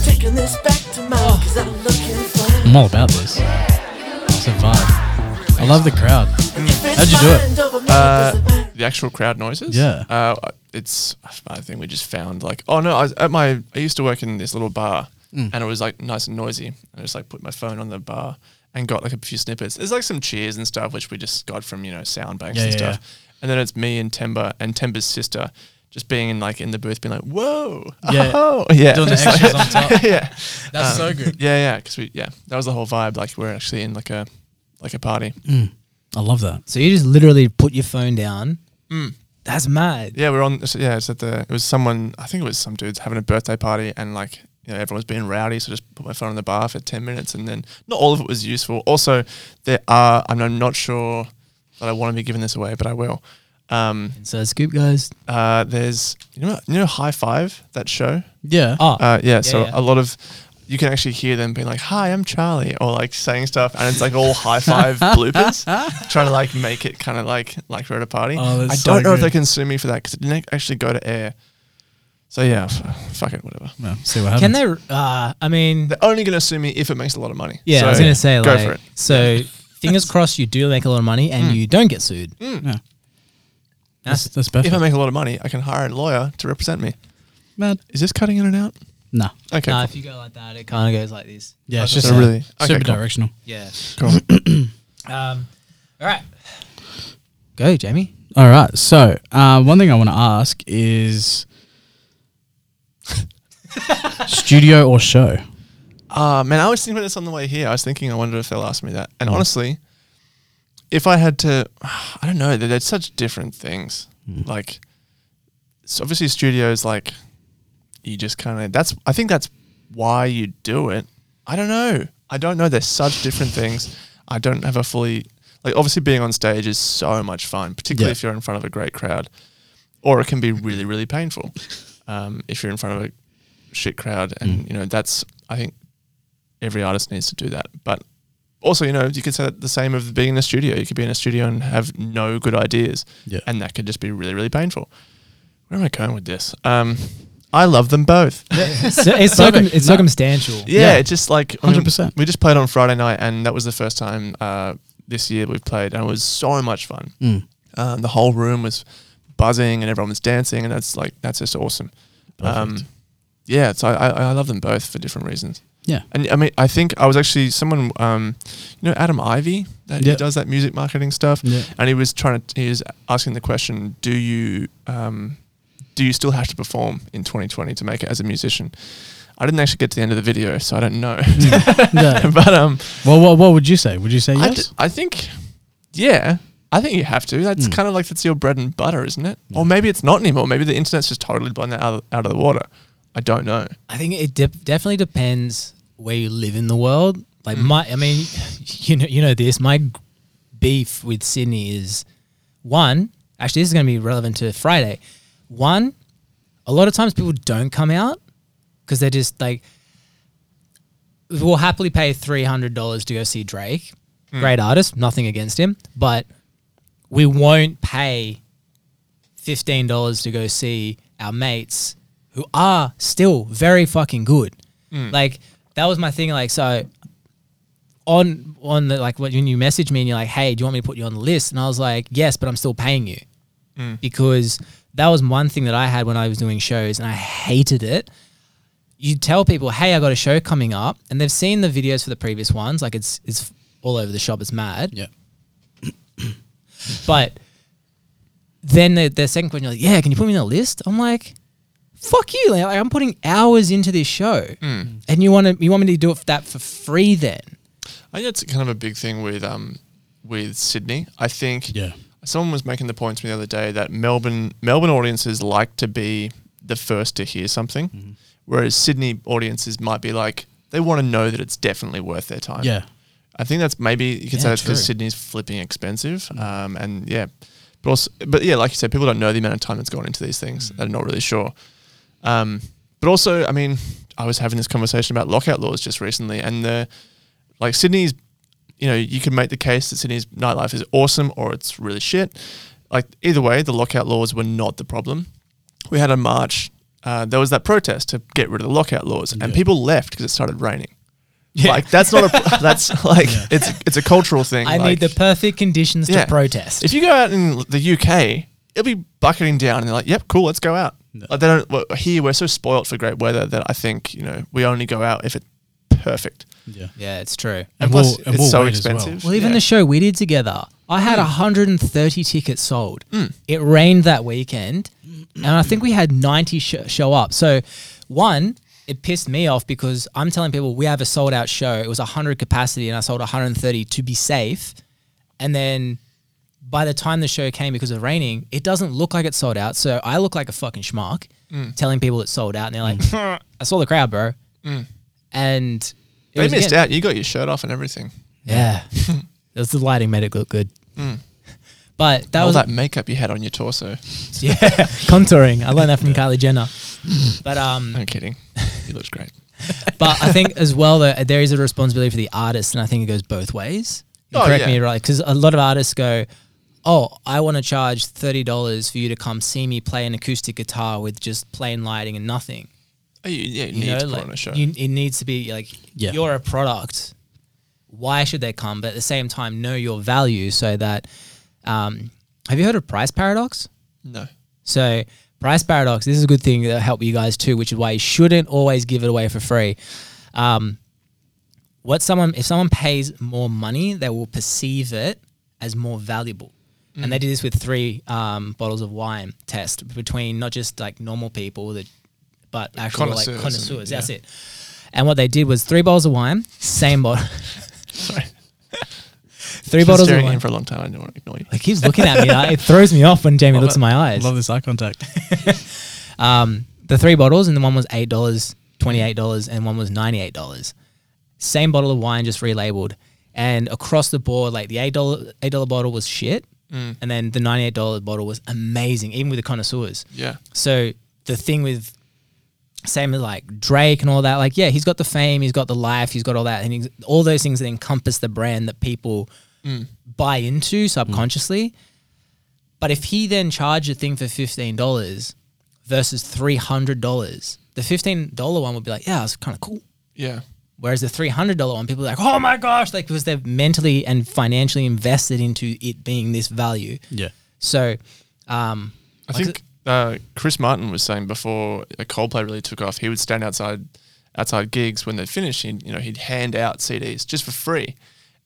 S5: taking this back to mouth, cause I'm looking for.
S3: I'm all about this. It's a vibe. I love the crowd. How'd you do it? Uh,
S5: it?
S1: The actual crowd noises.
S3: Yeah.
S1: Uh, it's. I think we just found like. Oh no! I was at my. I used to work in this little bar, and it was like nice and noisy. And I just like put my phone on the bar and got like a few snippets. There's like some cheers and stuff, which we just got from you know sound banks
S3: Yeah,
S1: and
S3: yeah,
S1: stuff. And then it's me and Temba and Temba's sister just being in like in the booth, being like, "Whoa,
S3: Yeah.
S1: <laughs> oh, yeah,
S3: Doing the
S1: <laughs>
S3: extras on top.
S1: yeah, Um,
S3: That's so good.
S1: yeah, yeah." Because we, yeah, that was the whole vibe. Like we're actually in like a like a party.
S3: I love that.
S4: So you just literally put your phone down. That's mad.
S1: Yeah, we're on. Yeah, it's at the. It was someone. I think it was some dudes having a birthday party, and like you know, everyone's being rowdy. So just put my phone in the bar for ten minutes, and then not all of it was useful. Also, there are. I'm I'm not sure that I want to be giving this away, but I will. Um,
S4: So scoop guys.
S1: uh, there's you know you know High Five that show.
S3: Yeah.
S4: Oh,
S1: Uh, yeah, so
S4: yeah.
S1: a lot of you can actually hear them being like, "Hi, I'm Charlie," or like saying stuff, and it's like all high five bloopers, trying to like make it kind of like like we're at a party.
S3: Oh, that's
S1: I
S3: so
S1: don't know if
S3: good.
S1: they can sue me for that because it didn't actually go to air. So yeah, f- fuck it, whatever.
S3: Well, see what happens.
S2: Can they? Uh, I mean,
S1: They're only gonna sue me if it makes a lot of money.
S2: yeah,
S1: so
S2: I was gonna say
S1: go
S2: like
S1: for it. Mm.
S2: so.
S1: <laughs>
S2: Fingers crossed, you do make a lot of money and you don't get sued. Uh,
S3: Yeah. That's, that's perfect.
S1: If I make a lot of money, I can hire a lawyer to represent me.
S3: Mad.
S1: Is this cutting in and out?
S3: No.
S1: Okay,
S6: Nah,
S1: cool.
S6: if you go like that, it kind of goes like this.
S3: Yeah, it's
S1: So
S3: just
S1: really- okay,
S3: super
S1: cool.
S3: directional.
S6: Yeah.
S1: cool.
S6: Um, all right.
S2: Go, Jamie.
S3: All right. So, uh, one thing I want to ask is studio or show?
S1: Uh, man, I was thinking about this on the way here. I was thinking, I wondered if they'll ask me that. And honestly, if I had to, <sighs> I don't know. They're, they're such different things. Like, so obviously, studios like you just kind of. That's I think that's why you do it. I don't know. I don't know. They're such different things. I don't have a fully like. Obviously, being on stage is so much fun, particularly
S3: Yeah.
S1: if you're in front of a great crowd, or it can be really, really painful um, if you're in front of a shit crowd. And
S3: Mm.
S1: you know, that's I think every artist needs to do that. But also, you know, you could say that the same of being in a studio. You could be in a studio and have no good ideas,
S3: Yeah.
S1: and that could just be really, really painful. Where am I going with this? Um, I love them both. Yeah,
S2: So <laughs> it's, circum- it's circumstantial.
S3: Yeah.
S1: it's just like I mean,
S3: 100%.
S1: We just played on Friday night, and that was the first time uh, this year we've played, and it was so much fun.
S3: Mm.
S1: Um, the whole room was buzzing, and everyone was dancing, and that's like that's just awesome. Um, yeah, so I, I I love them both for different reasons.
S3: Yeah.
S1: And I mean, I think I was actually someone, um, you know, Adam Ivy, that
S3: Yeah.
S1: he does that music marketing stuff,
S3: Yeah.
S1: and he was trying to, he was asking the question, do you, um, do you still have to perform in 2020 to make it as a musician? I didn't actually get to the end of the video, so I don't know.
S3: <laughs>
S1: <laughs>
S3: Yeah.
S1: but um,
S3: Well, what, what would you say? Would you say
S1: I,
S3: yes?
S1: d- I think, yeah, I think you have to. That's
S3: Mm.
S1: kind of like that's your bread and butter, isn't it? Or maybe it's not anymore. Maybe the internet's just totally blown that out of, out of the water. I don't know.
S2: I think it de- definitely depends where you live in the world. Like my, I mean, <laughs> you know, you know this. My g- beef with Sydney is one. Actually, this is going to be relevant to Friday. One, a lot of times people don't come out because they're just like, will happily pay three hundred dollars to go see Drake. Great artist, nothing against him, but we won't pay fifteen dollars to go see our mates who are still very fucking good. Like that was my thing. Like so on on the like when you message me and you're like, hey, do you want me to put you on the list? And I was like, yes, but I'm still paying you because that was one thing that I had when I was doing shows and I hated it. You tell people, hey, I got a show coming up, and they've seen the videos for the previous ones. Like it's it's all over the shop. It's mad.
S3: yeah.
S2: But then the, the second question, you're like, yeah, can you put me on the list? I'm like, fuck you. Like, I'm putting hours into this show.
S1: Mm.
S2: And you want to you want me to do it for that for free then?
S1: I think that's kind of a big thing with um with Sydney. I think
S3: Yeah.
S1: someone was making the point to me the other day that Melbourne Melbourne audiences like to be the first to hear something,
S3: Mm-hmm.
S1: whereas Sydney audiences might be like they want to know that it's definitely worth their time.
S3: Yeah.
S1: I think that's maybe you could say
S3: Yeah,
S1: that's because
S3: true. Mm.
S1: Sydney's flipping expensive. Um, and yeah, but also, but yeah, like you said, people don't know the amount of time that's gone into these things.
S3: Mm.
S1: They're not really sure. Um, but also, I mean, I was having this conversation about lockout laws just recently, and the like Sydney's, you know, you can make the case that Sydney's nightlife is awesome or it's really shit. Like either way, the lockout laws were not the problem. We had a march. Uh, there was that protest to get rid of the lockout laws, and people left because it started raining. Like that's not
S2: <laughs>
S1: a that's like it's it's a cultural thing.
S2: I
S1: like-
S2: need the perfect conditions
S1: Yeah.
S2: to protest.
S1: If you go out in the UK, it'll be bucketing down, and they're like, "Yep, cool, let's go out." Like they don't well, here. We're so spoilt for great weather that I think you know we only go out if it's perfect.
S3: Yeah.
S2: yeah, it's true.
S1: And,
S3: And
S1: plus,
S3: we'll- and
S1: it's
S3: we'll
S1: so
S3: wait as well.
S1: expensive.
S2: Well, even
S1: Yeah. Hmm.
S2: the show we did together, I had 130 tickets sold. It rained that weekend, and I think we had 90 sh- show up. So, one, it pissed me off because I'm telling people we have a sold out show. It was 100 capacity, and I sold 130 to be safe. And then by the time the show came because of raining, it doesn't look like it's sold out. So I look like a fucking schmuck
S1: Hmm.
S2: telling people it's sold out, and they're like,
S1: <laughs>
S2: I saw the crowd, bro. And it
S1: Hmm. they
S2: was
S1: missed
S2: again-
S1: out. You got your shirt off and everything.
S2: yeah. <laughs> it was the lighting made it look good.
S1: Mm.
S2: But that
S1: All
S2: was <laughs>
S1: that makeup you had on your torso.
S2: yeah, contouring. I learned that from Kylie Jenner. But um <laughs>
S1: No kidding. Mm. You looked great.
S2: But I
S1: <laughs>
S2: think as well though there is a responsibility for the artist, and I think it goes both ways. You
S1: Oh,
S2: correct
S1: yeah.
S2: me right, because a lot of artists go, "Oh, I want to charge thirty dollars for you to come see me play an acoustic guitar with just plain lighting and nothing."
S1: Oh, you, yeah, you,
S2: You
S1: need
S2: know,
S1: to put
S2: like,
S1: on a show.
S2: you- it needs to be like
S3: Yeah.
S2: you're a product. Why should they come? But at the same time, know your value so that. Um, have you heard of price paradox?
S1: no.
S2: So price paradox. This is a good thing that'll help you guys too, which is why you shouldn't always give it away for free. Um, what someone if someone pays more money, they will perceive it as more valuable. And
S1: Mm.
S2: they did this with three um, bottles of wine test between not just like normal people, that, but actual
S1: Connoisseurs
S2: like
S1: and-
S2: connoisseurs. That's
S1: yeah.
S2: it. And what they did was three bottles of wine, same <laughs> bottle,
S1: Sorry.
S2: three
S1: Been
S2: bottles of
S1: staring at
S2: wine.
S1: him for a long time. I don't want to ignore you.
S2: He keeps looking at me. like, it throws me off when Jamie
S3: Love
S2: looks
S3: it.
S2: in my eyes.
S3: Love this eye contact. <laughs>
S2: um, the three bottles, and the one was eight dollars, twenty eight dollars, and one was ninety eight dollars. Same bottle of wine, just relabeled. And across the board, like the eight dollar eight dollar bottle was shit, and then the ninety eight dollar bottle was amazing, even with the connoisseurs.
S1: Yeah.
S2: So the thing with same as like Drake and all that, like yeah, he's got the fame, he's got the life, he's got all that, and he's, all those things that encompass the brand that people buy into subconsciously. But if he then charged a thing for fifteen dollars versus three hundred dollars, the fifteen dollar one would be like, yeah, it's kind of cool.
S1: Yeah.
S2: Whereas the three hundred dollar one, people are like, oh my gosh, like because they've mentally and financially invested into it being this value.
S3: yeah.
S2: So, um,
S1: I
S2: Like,
S1: think uh, Chris Martin was saying before uh, Coldplay really took off, he would stand outside outside gigs when they'd finished. He'd, you know, he'd hand out CDs just for free,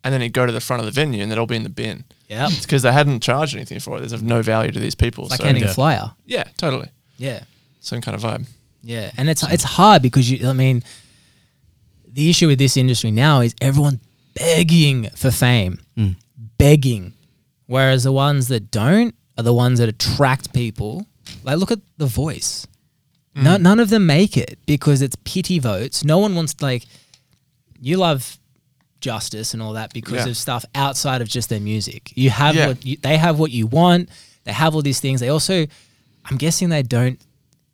S1: and then he'd go to the front of the venue and they'd all be in the bin.
S2: yeah,
S1: <laughs> It's because they hadn't charged anything for it. There's of no value to these people.
S2: like
S1: so
S2: handing
S3: Yeah.
S2: a flyer.
S1: yeah, totally.
S2: Yeah.
S1: Same kind of vibe.
S2: Yeah, and it's it's hard because you. I mean, the issue with this industry now is everyone's begging for fame, begging, whereas the ones that don't are the ones that attract people. Like, look at The Voice. No, none of them make it because it's pity votes. No one wants like you love justice and all that because
S1: Yeah.
S2: of stuff outside of just their music. You have
S1: Yeah.
S2: what you, they have what you want. They have all these things. They also, I'm guessing they don't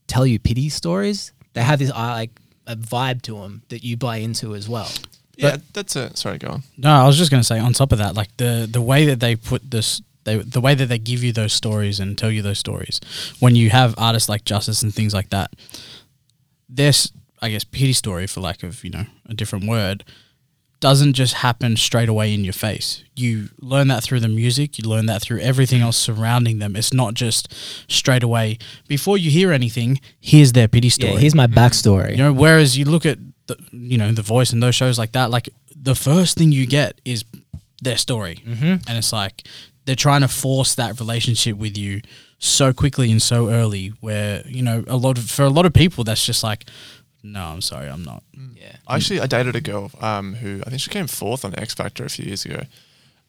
S2: tell you pity stories. They have this uh, like a vibe to them that you buy into as well.
S1: Yeah, that's it. Sorry, go on.
S3: No, I was just going to say on top of that, like the the way that they put this, they, the way that they give you those stories and tell you those stories, when you have artists like Justice and things like that, this I guess pity story, for lack of you know a different word, doesn't just happen straight away in your face. You learn that through the music, you learn that through everything else surrounding them. It's not just straight away before you hear anything. Here's their pity story.
S2: Mm. Yeah, here's my backstory.
S3: You know, whereas you look at the, you know the voice and those shows like that, like the first thing you get is their story, mm-hmm. and it's like they're trying to force that relationship with you so quickly and so early. Where you know a lot of, for a lot of people, that's just like, no, I'm sorry, I'm not.
S2: Yeah.
S1: I Actually, I dated a girl um, who I think she came fourth on X Factor a few years ago,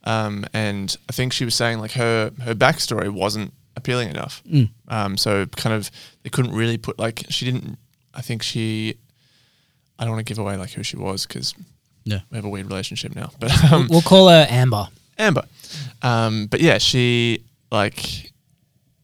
S1: um, and I think she was saying like her her backstory wasn't appealing enough. Um, so kind of they couldn't really put like she didn't. I think she. I don't want to give away like who she was because
S3: Yeah.
S1: we have a weird relationship now. But um,
S2: We'll call her Amber.
S1: Amber. Um, but yeah, she like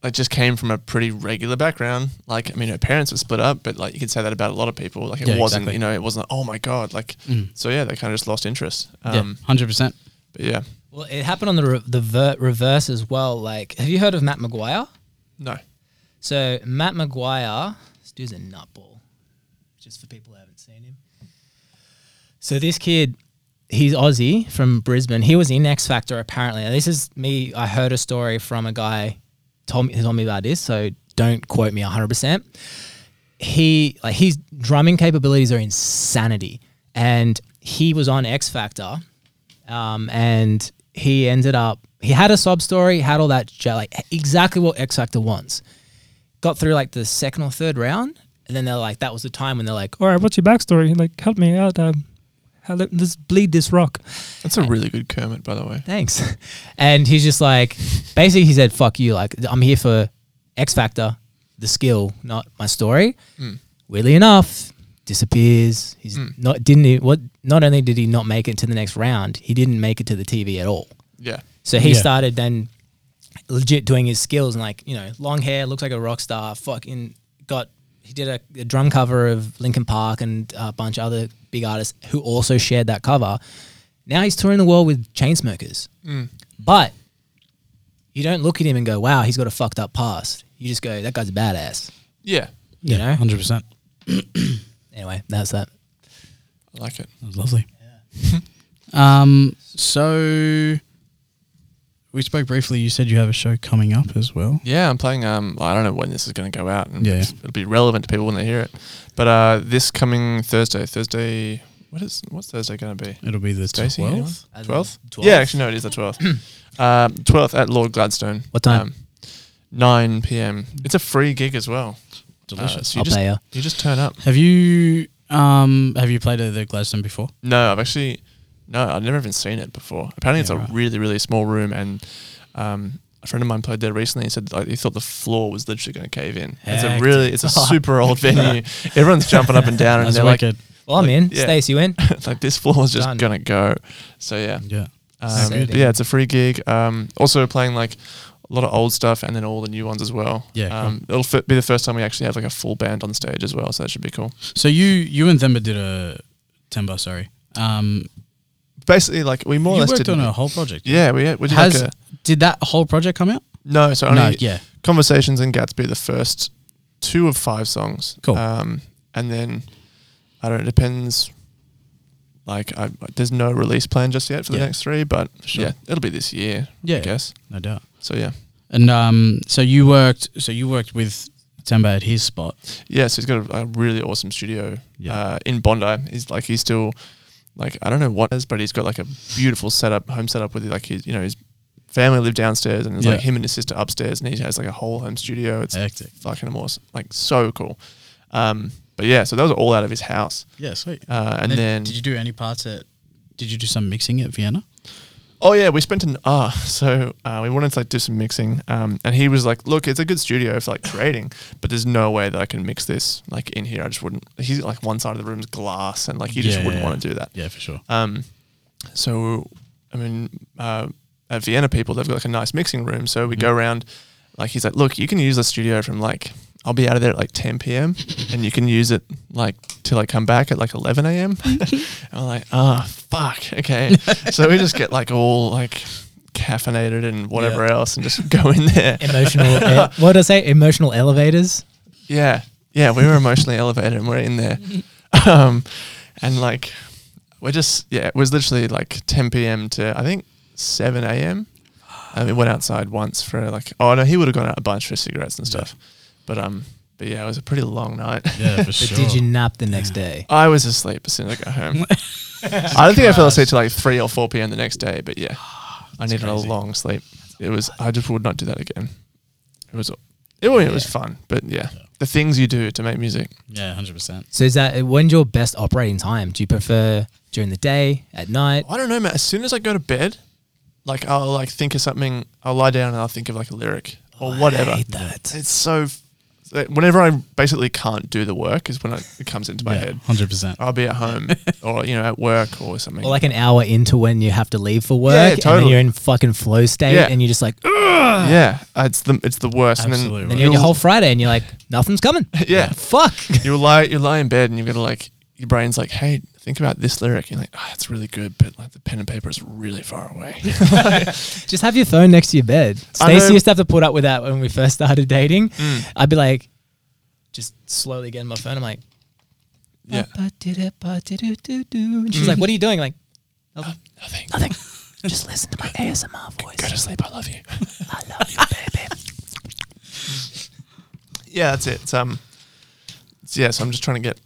S1: like just came from a pretty regular background. Like I mean, her parents were split up, but like you could say that about a lot of people. Like it
S3: Yeah,
S1: wasn't,
S3: exactly. Mm.
S1: you know, it wasn't. Oh my god! Like so, yeah, they kind of just lost interest. Um,
S3: yeah, hundred percent.
S1: But yeah,
S2: Well, it happened on the re- the ver- reverse as well. Like, have you heard of Matt Maguire?
S1: no.
S2: So Matt Maguire, this dude's a nutball. Just for people who haven't seen him. So this kid, he's Aussie from Brisbane. He was in X Factor apparently. And this is me. I heard a story from a guy told me told me about this. So don't quote me hundred percent. He like his drumming capabilities are insanity, and he was on X Factor um, and he ended up he had a sob story, had all that j- like exactly what X Factor wants. Got through like the second or third round, and then they're like, that was the time when they're like, "Oh,
S7: All right, what's your backstory? Like, help me out. Um, help, let's bleed this rock.
S1: That's a really good Kermit, by the way.
S2: <laughs> thanks. And he's just like, basically, he said, fuck you. Like, I'm here for X Factor, the skill, not my story. Weirdly enough, disappears. He's not, didn't, he, what, not only did he not make it to the next round, he didn't make it to the TV at all.
S1: Yeah,
S2: So he
S3: Yeah.
S2: started then legit doing his skills and like, you know, long hair, looks like a rock star, fucking got he did a, a drum cover of Linkin Park and a bunch of other big artists who also shared that cover. Now he's touring the world with Chainsmokers,
S1: Mm.
S2: but you don't look at him and go, "Wow, he's got a fucked up past." You just go, "That guy's a badass."
S1: Yeah,
S2: You know.
S3: hundred percent.
S2: Anyway, that's that.
S1: I like it.
S3: That was lovely. um, so we spoke briefly. You said you have a show coming up as well.
S1: Yeah, I'm playing. Um, I don't know when this is going to go out, and
S3: Yeah, yeah.
S1: it's- it'll be relevant to people when they hear it. But uh, this coming Thursday, Thursday, what is what's Thursday going to be?
S3: It'll be the
S1: Stacey, anyone?
S3: twelfth.
S2: As in
S1: 12th?
S2: 12th?
S1: Yeah, actually, no, it is the 12th. um, 12th at Lord Gladstone. Um,
S2: What time?
S1: 9 p.m. It's a free gig as well. Uh,
S3: Delicious.
S1: so you
S2: I'll
S1: just
S2: pay ya.
S1: you just turn up.
S3: have you um have you played at the Gladstone before?
S1: No, I've actually no, I've never even seen it before. Apparently, it's
S3: Yeah,
S1: a
S3: right.
S1: really really small room, and um, a friend of mine played there recently. He said like, he thought the floor was literally going to cave in. It's a
S3: Hectic.
S1: really it's a super old venue. Everyone's jumping up and
S3: <laughs>
S1: down, and
S3: That's
S1: they're
S3: wicked.
S2: Well, I'm
S1: Uh, Like,
S2: in.
S1: yeah.
S2: Stace, you in?
S1: <laughs> like like this floor is just
S2: Done.
S1: going to go. So yeah,
S3: yeah.
S1: um,
S2: Sick.
S1: but yeah, it's a free gig. Um, also playing like a lot of old stuff and then all the new ones as well.
S3: Yeah, cool.
S1: um, it'll fi- be the first time we actually have like a full band on stage as well, so that should be cool.
S3: So you you and Themba did a Temba, sorry. Um,
S1: Basically, like we more or
S3: you
S1: less
S3: worked
S1: did
S3: on a whole project.
S1: yeah we we did
S3: Has
S1: like a,
S3: did that whole project come out?
S1: no so only
S3: no. Yeah.
S1: Conversations in Gatsby, the first two of five songs.
S3: Cool.
S1: Um, and then I don't. know, It depends. Like, I, there's no release plan just yet for the
S3: Yeah.
S1: next three, but
S3: Sure.
S1: yeah, it'll be this year,
S3: Yeah.
S1: I guess.
S3: No doubt.
S1: So yeah,
S3: And um, so you worked. So you worked with Temba at his spot.
S1: yeah. So he's got a, a really awesome studio
S3: Yeah.
S1: uh, in Bondi. He's like he's still like I don't know what it is, but he's got like a beautiful setup, home setup with like his you know his family live downstairs and it's like
S3: Yeah.
S1: him and his sister upstairs, and he has like a whole home studio. It's
S3: Hectic.
S1: fucking awesome, like so cool. Um, but yeah, so those are all out of his house.
S3: Yeah. Sweet.
S1: Uh, and then,
S3: did you do any parts at? Did you do some mixing at Vienna?
S1: oh yeah, we spent an hour. <laughs> So uh, we wanted to like do some mixing, um, and he was like, "Look, it's a good studio for like creating, but there's no way that I can mix this like in here. I just wouldn't." He's like one side of the room's glass, and like you just
S3: Yeah,
S1: wouldn't
S3: yeah,
S1: want to do that.
S3: Yeah, for sure.
S1: Um, so, I mean, uh, at Vienna people, they've got like a nice mixing room. So we go around, like, he's like, look, you can use the studio from like, I'll be out of there at like 10 p.m. and you can use it like till I come back at like 11 a.m. <laughs> and I'm like, ah, fuck. Okay. so we just get like all like caffeinated and whatever else and just go in there.
S2: Emotional. e- what did I say? Emotional elevators.
S1: Yeah, yeah, we were emotionally elevated and we're in there, um, and like we're just yeah, it was literally like 10 p.m. to I think 7 a.m. And we went outside once for like oh no, he would have gone out a bunch for cigarettes and stuff, but um, but yeah, it was a pretty long night.
S3: <laughs> Yeah, for
S2: But
S3: sure.
S2: did you nap the next day?
S1: <laughs> I was asleep as soon as I got home. I don't think I fell asleep till like three or four p.m. the next day, but yeah, I needed
S3: crazy.
S1: a long sleep. It was I just would not do that again. It was it, was- it was fun, but yeah, the things you do to make music.
S3: Yeah, hundred percent.
S2: So is that when's your best operating time? Do you prefer during the day, at night?
S1: I don't know, man. As soon as I go to bed, like I'll like think of something. I'll lie down and I'll think of like a lyric or whatever.
S2: I hate that.
S1: It's so. f- Whenever I basically can't do the work is when it it comes into my
S3: Yeah,
S1: head.
S3: hundred percent.
S1: I'll be at
S3: <laughs>
S1: home or you know at work or something.
S2: Or like an hour into when you have to leave for work,
S1: Yeah,
S2: and then
S1: totally.
S2: you're in fucking flow state,
S1: Yeah.
S2: and you're just like, "Ugh,"
S1: yeah, it's the it's the worst.
S3: Absolutely
S1: And
S2: and
S1: then
S2: you're in your
S1: you'll- <laughs>
S2: whole Friday, and you're like, nothing's coming.
S1: yeah,
S2: Fuck. <laughs>
S1: you lie you lie in bed and you've got to like your brain's like, hey, think about this lyric. You're like, oh, that's really good, but like the pen and paper is really far away. <laughs>
S2: Just have your phone next to your bed.
S1: I know- Mm.
S2: Stacey used to have to put up with that when we first started dating. I'd be like, just slowly getting my phone. I'm like,
S1: yeah,
S2: "Ba-ba-di-da-ba-di-do-do-do." and she's
S1: Mm-hmm.
S2: like, what are you doing? Like,
S1: nothing.
S2: nothing. just listen to my ASMR voice.
S1: Go to sleep. I love you.
S2: I love you, baby.
S1: yeah, that's it. It's, um, it's, yeah, so I'm just trying to get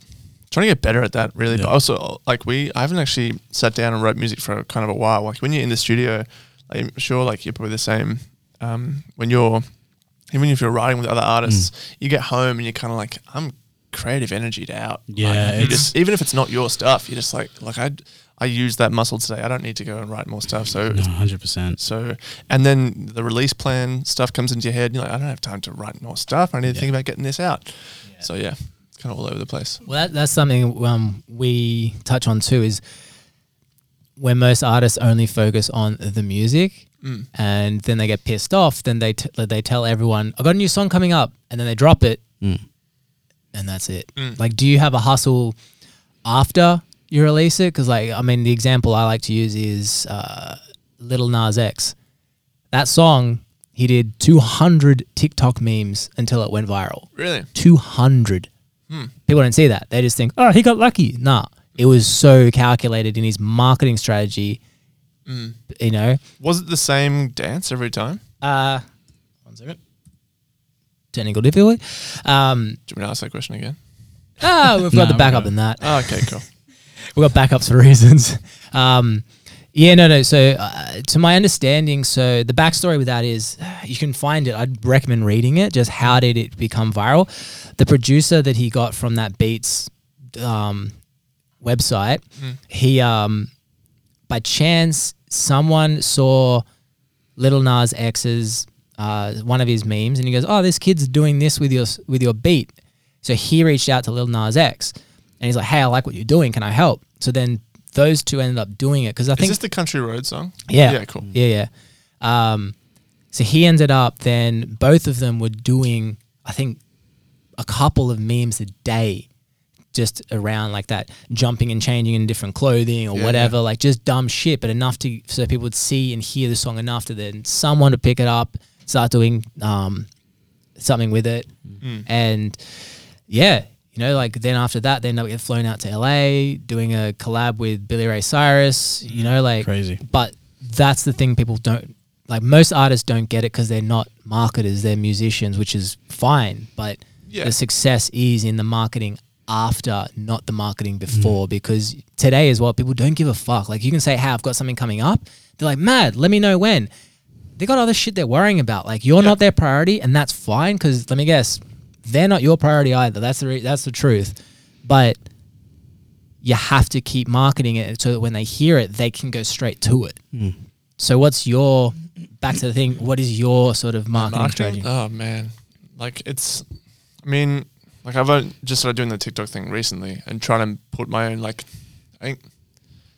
S1: trying to get better at that really. But
S3: Yeah.
S1: also, like we, I haven't actually sat down and wrote music for kind of a while. Like when you're in the studio, I'm sure like you're probably the same. Um, when you're even if you're writing with other artists, you get home and you're kind of like, I'm creative energied out.
S3: Yeah,
S1: like, you
S3: it's-
S1: just even if it's not your stuff, you're just like, like I, I used that muscle today. I don't need to go and write more stuff. So
S3: No, hundred percent.
S1: so, and then the release plan stuff comes into your head. And you're like, I don't have time to write more stuff. I need to think about getting this out. So yeah, it's kind of all over the place.
S2: Well, that, that's something um, we touch on too is where most artists only focus on the music and then they get pissed off. Then they, t- they tell everyone, I got a new song coming up, and then they drop it. and that's it.
S1: Mm.
S2: Like, do you have a hustle after you release it? Because, like, I mean, the example I like to use is uh, Little Nas X. That song, he did 200 TikTok memes until it went viral.
S1: Really?
S2: 200. People don't see that. They just think, oh, he got lucky. Nah, it was so calculated in his marketing strategy,
S1: Mm.
S2: you know?
S1: Was it the same dance every time?
S2: Uh, one second. Technical difficulty. Um,
S1: Do you want me to ask that question again?
S2: oh, we've got
S3: Nah,
S2: the
S3: we
S2: backup
S3: got it.
S2: in that.
S1: Oh, okay,
S2: <laughs>
S1: cool.
S2: We've got backups for <laughs> reasons. Um, yeah, no, no. So, uh, to my understanding, so the backstory with that is <sighs> you can find it. I'd recommend reading it. Just how did it become viral? The producer that he got from that Beats um, website,
S1: Hmm.
S2: he um, by chance someone saw Little Nas X's uh, one of his memes, and he goes, "Oh, this kid's doing this with your with your beat." So he reached out to Little Nas X, and he's like, "Hey, I like what you're doing. Can I help?" So then those two ended up doing it because I
S1: Is
S2: think
S1: this the Country Road song?
S2: Yeah.
S1: Yeah, cool.
S2: yeah, yeah. Um, so he ended up then both of them were doing I think a couple of memes a day, just around like that jumping and changing in different clothing or
S1: Yeah,
S2: whatever, like just dumb shit, but enough to so people would see and hear the song enough to then someone to pick it up, start doing um, something with it,
S1: Mm.
S2: and yeah. You know, like then after that, they end up getting flown out to LA, doing a collab with Billy Ray Cyrus. You know, like
S3: Crazy.
S2: but that's the thing people don't like most artists don't get it because they're not marketers they're musicians which is fine but
S1: Yeah.
S2: the success is in the marketing after not the
S1: Mm.
S2: marketing before because today as well people don't give a fuck like you can say hey i've got something coming up they're like mad let me know when they got other shit they're worrying about like you're
S1: Yeah.
S2: not their priority and that's fine because let me guess they're not your priority either that's the re- that's the truth but you have to keep marketing it so that when they hear it, they can go straight to it. So, what's your back to the thing? What is your sort of marketing,
S1: Marketing?
S2: strategy?
S1: Oh man, like it's. I mean, like I've only just started doing the TikTok thing recently and trying to put my own like. I think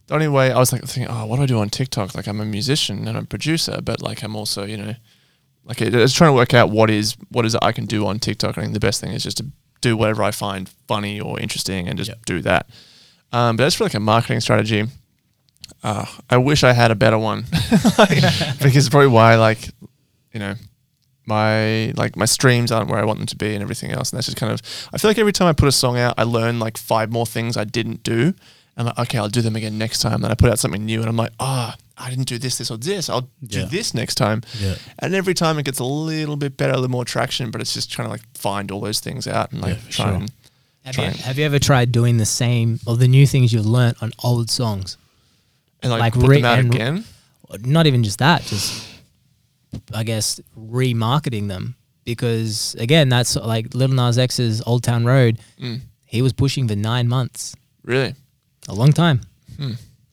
S1: the only way I was like thinking, oh, what do I do on TikTok? Like I'm a musician and I'm a producer, but like I'm also you know, like it, it's trying to work out what is what is it I can do on TikTok. I think the best thing is just to do whatever I find funny or interesting and just
S3: Yep.
S1: do that. Um, but that's for like a marketing strategy. Uh, I wish I had a better one Like, <laughs> because it's probably why like you know my like my streams aren't where I want them to be and everything else. And that's just kind of I feel like every time I put a song out, I learn like five more things I didn't do. And like, okay, I'll do them again next time. Then I put out something new and I'm like, ah, I didn't do this, this, or this. I'll do
S3: Yeah.
S1: this next time.
S3: Yeah.
S1: And every time it gets a little bit better, a little more traction, but it's just trying to like find all those things out and like
S3: Yeah, for
S1: try
S3: sure.
S1: and
S2: Have
S1: Try
S2: you,
S1: and-
S2: have you ever tried doing the same or the new things you've learnt on old songs?
S1: and like,
S2: Like
S1: put
S2: re-
S1: them out
S2: and-
S1: again.
S2: Not even just that, just I guess remarketing them because again, that's like Little Nas X's Old Town Road.
S1: Mm,
S2: He was pushing for nine months,
S1: really.
S2: a long time.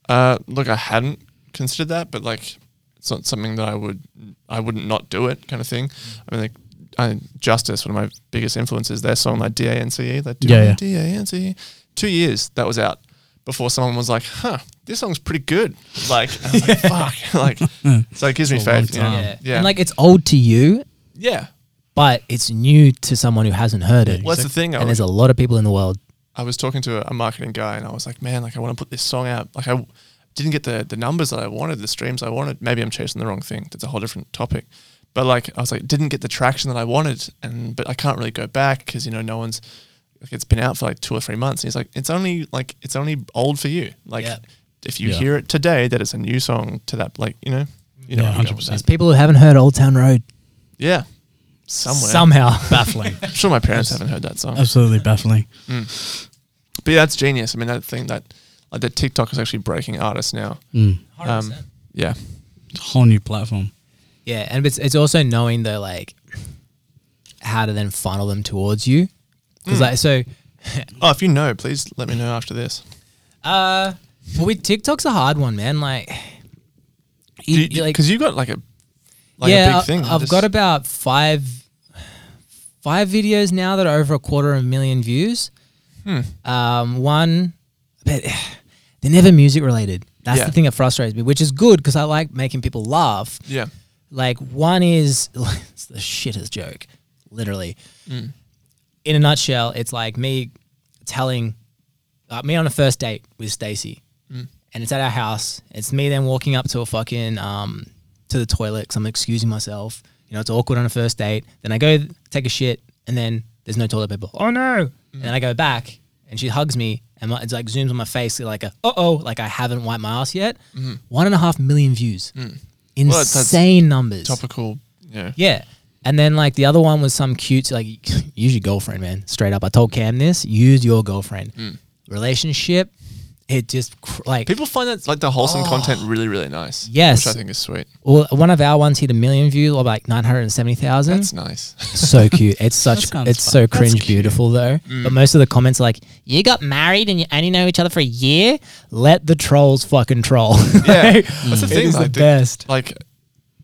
S1: Uh, look, I hadn't considered that, but like, it's not something that I would, I wouldn't not do it, kind of thing.
S3: Mm.
S1: I mean, like, I, Justice, one of my biggest influences, their song like D A N C E, like
S3: Yeah, yeah.
S1: D A N C E, two years that was out before someone was like, huh, this song's pretty good. Like, I was like, fuck, <laughs> like, so it gives me
S3: It's a long
S1: faith. you know?
S3: time.
S1: Yeah,
S2: and like it's old to you,
S1: yeah.
S2: but it's new to someone who hasn't heard it.
S1: Well, that's the thing. I
S2: and
S1: was,
S2: there's a lot of people in the world.
S1: I was talking to a, a marketing guy, and I was like, man, like, I want to put this song out. Like, I w- didn't get the the numbers that I wanted, the streams I wanted. Maybe I'm chasing the wrong thing. That's a whole different topic. But like, I was like, didn't get the traction that I wanted, and but I can't really go back because you know no one's like it's been out for like two or three months. And he's like, it's only like it's only old for you. Like,
S2: Yeah.
S1: if you
S3: Yeah.
S1: hear it today, that it's a new song to that. Like, you know, you know,
S3: Yeah,
S1: where I'm going with
S3: 100%.
S1: that.
S2: There's people who haven't heard Old Town Road
S1: Yeah, somewhere.
S2: somehow.
S3: Baffling.
S2: <laughs>
S1: I'm sure my parents haven't heard that song.
S3: Absolutely baffling.
S1: But yeah, that's genius. I mean, that thing that like that TikTok is actually breaking artists now.
S3: Mm.
S1: Um, yeah,
S3: Whole new platform.
S2: yeah, and it's it's also knowing though like how to then funnel them towards you. 'Cause, like so,
S1: Oh, if you know, please let me know after this.
S2: uh, well, with TikTok's a hard one, man. Like, you-
S1: Because you, have
S2: you, like-
S1: got like a like
S2: yeah,
S1: a
S2: I-
S1: big thing.
S2: I've
S1: This-
S2: got about five five videos now that are over a quarter of a million views.
S1: Hmm.
S2: Um, one, but <sighs> they're never music related. That's
S1: Yeah.
S2: the thing that frustrates me, which is good because I like making people laugh.
S1: yeah.
S2: <laughs>
S7: Mm.
S2: Like one is it's the shittest joke, literally. in a nutshell, it's like me telling uh, me on a first date with Stacy,
S7: Mm.
S2: and it's at our house. It's me then walking up to a fucking um, to the toilet because I'm excusing myself. You know, it's awkward on a first date. Then I go take a shit, and then there's no toilet paper.
S7: Oh no!
S2: And then I go back, and she hugs me, and my, it's like zooms on my face like a uh oh, like I haven't wiped my ass yet.
S7: Mm-hmm.
S2: One and a half million views,
S7: Mm.
S1: Well, that's- that's
S2: insane numbers.
S1: Topical. Yeah.
S2: Yeah. And then like the other one was some cute like <laughs> use your girlfriend, man. Straight up, I told Cam this. Use your girlfriend. Relationship. It just cr- like
S1: Hmm. People find that like the wholesome content really, really nice.
S2: Oh. Yes. Mm.
S1: Which I think is sweet.
S2: well, one of our ones hit a million views or like nine hundred and seventy
S1: That's
S2: thousand.
S1: nice.
S2: <laughs> So cute. It's such
S3: sounds
S2: it's
S3: fun.
S2: so cringe beautiful though.
S1: Hmm.
S2: But most of the comments are like you got married and you only know each other for a year. Let the trolls fucking troll.
S1: Yeah.
S2: Like,
S1: That's the
S2: it
S1: thing.
S2: is
S1: like,
S2: the best.
S1: Like,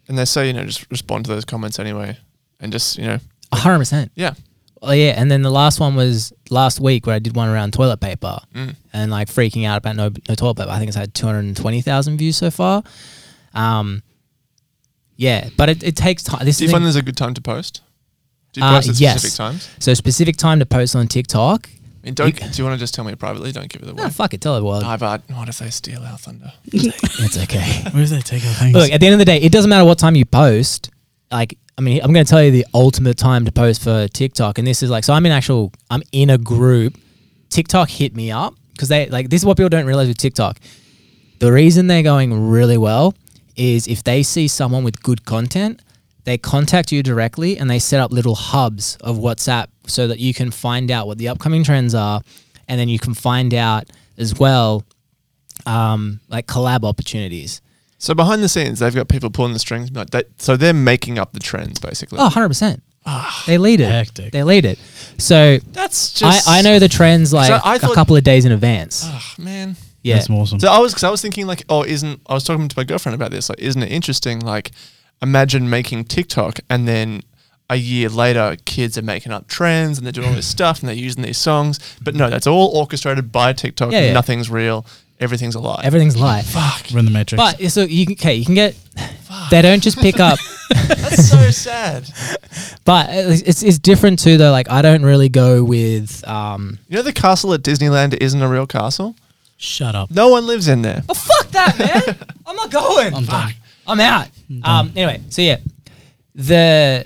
S1: and they say, you know, just respond to those comments anyway. And just, you know,
S2: <laughs> A hundred percent.
S1: yeah.
S2: Oh yeah, and then the last one was last week where I did one around toilet paper
S1: Mm.
S2: and like freaking out about no no toilet paper. I think it's had two hundred and twenty thousand views so far. Um, yeah, but it, it takes time. This
S1: Do
S2: is
S1: you find there's a good time to post? Do you
S2: Uh,
S1: post at
S2: yes.
S1: specific times?
S2: so specific time to post on TikTok.
S1: I mean, don't, do you want to just tell me privately? Don't give it away.
S2: No, fuck it, tell it well.
S1: Ah, but what if they steal our thunder?
S2: It's okay.
S3: Where did they take our things?
S2: Look, at the end of the day, it doesn't matter what time you post. Like, I mean, I'm going to tell you the ultimate time to post for TikTok, and this is like, so I'm in actual, I'm in a group. TikTok hit me up because they like this is what people don't realize with TikTok. The reason they're going really well is if they see someone with good content, they contact you directly and they set up little hubs of WhatsApp so that you can find out what the upcoming trends are, and then you can find out as well, um, like collab opportunities.
S1: So behind the scenes, they've got people pulling the strings. Like they, so they're making up the trends, basically.
S2: Oh, 100%.
S1: Ah,
S2: they lead it.
S3: hectic.
S2: They lead it. So
S1: that's
S2: I,
S1: just.
S2: I know the trends like
S1: So I
S2: a
S1: thought-
S2: couple of days in advance.
S1: Ah, man.
S2: yeah.
S3: That's awesome.
S1: So I was, cause I was thinking like, oh, isn't I was talking to my girlfriend about this. Like, isn't it interesting? Like, imagine making TikTok and then a year later, kids are making up trends and they're doing all this stuff and they're using these songs. But no, that's all orchestrated by TikTok.
S2: Yeah, yeah.
S1: Nothing's real. Everything's a lie.
S2: Everything's live.
S3: We're in the matrix.
S2: But it's a, you can, okay, you can get, they don't just pick
S1: <laughs>
S2: up,
S1: that's so <laughs> sad.
S2: but it's, it's, it's different too though. Like I don't really go with, um,
S1: You know the castle at Disneyland isn't a real castle.
S3: Shut up.
S1: No one lives in there.
S2: oh, fuck that, man. I'm not going.
S3: I'm done.
S2: I'm out. Um, anyway, so yeah, the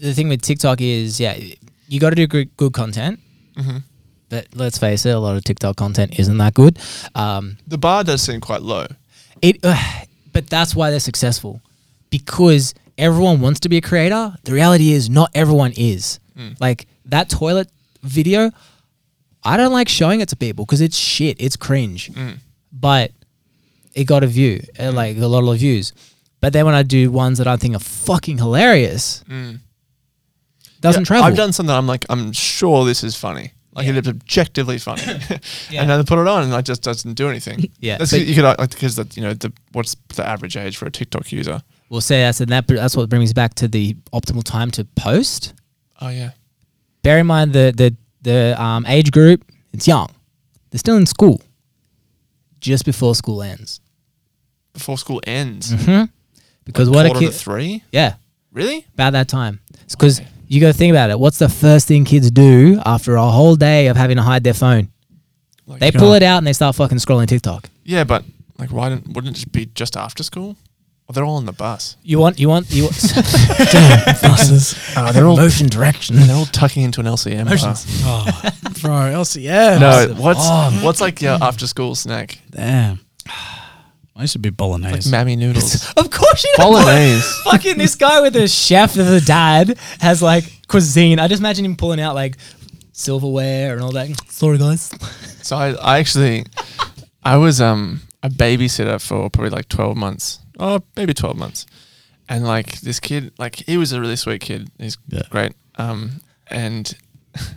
S2: the thing with TikTok is yeah, you got to do good, good content. But let's face it, a lot of TikTok content isn't that good. Um,
S1: The bar does seem quite low.
S2: it, uh, but that's why they're successful, because everyone wants to be a creator. The reality is, not everyone is.
S1: Hmm.
S2: Like that toilet video, I don't like showing it to people because it's shit. It's cringe.
S1: Hmm.
S2: But it got a view, uh, like a lot of views. But then when I do ones that I think are fucking hilarious, doesn't
S1: Hmm. Yeah,
S2: travel.
S1: I've done something. I'm like, I'm sure this is funny. Like it is objectively funny,
S2: Yeah.
S1: and then they put it on, and it just doesn't do anything.
S2: <laughs> Yeah,
S1: that's
S2: but-
S1: you could uh, like because that you know the what's the average age for a TikTok user?
S2: Well, say that's and that. That's what brings me back to the optimal time to post.
S1: Oh yeah,
S2: bear in mind the the the um, age group. It's young. They're still in school. Just before school ends,
S1: before school ends.
S2: because Mm-hmm. what a
S1: Quarter
S2: kid.
S1: to three,
S2: yeah,
S1: really?
S2: about that time. Because you got to think about it. What's the first thing kids do after a whole day of having to hide their phone?
S1: Like,
S2: They pull it out and they start fucking scrolling TikTok.
S1: Yeah, but like, why didn't wouldn't it just be just after school? Well, they're all on the
S2: <laughs>
S1: bus.
S2: You want you want <laughs>
S1: <laughs>
S2: you. Want,
S1: Uh, they're all <laughs>
S2: motion direction.
S1: they're all tucking into an LCM. Bus.
S3: Oh, bro, LCM.
S1: No, what's
S2: Oh.
S1: what's like your after school snack?
S3: Damn. I used to be
S1: Like
S3: bolognese.
S1: mammy
S2: <laughs>
S1: noodles,
S2: Of course you don't.
S1: bolognese.
S2: fucking this guy with a chef of a dad has like cuisine. I just imagine him pulling out like silverware and all that. Sorry guys.
S1: So I, I actually, I was um a babysitter for probably like twelve months, or maybe twelve months, and like this kid, like he was a really sweet kid. He's
S3: Yeah.
S1: great. Um, and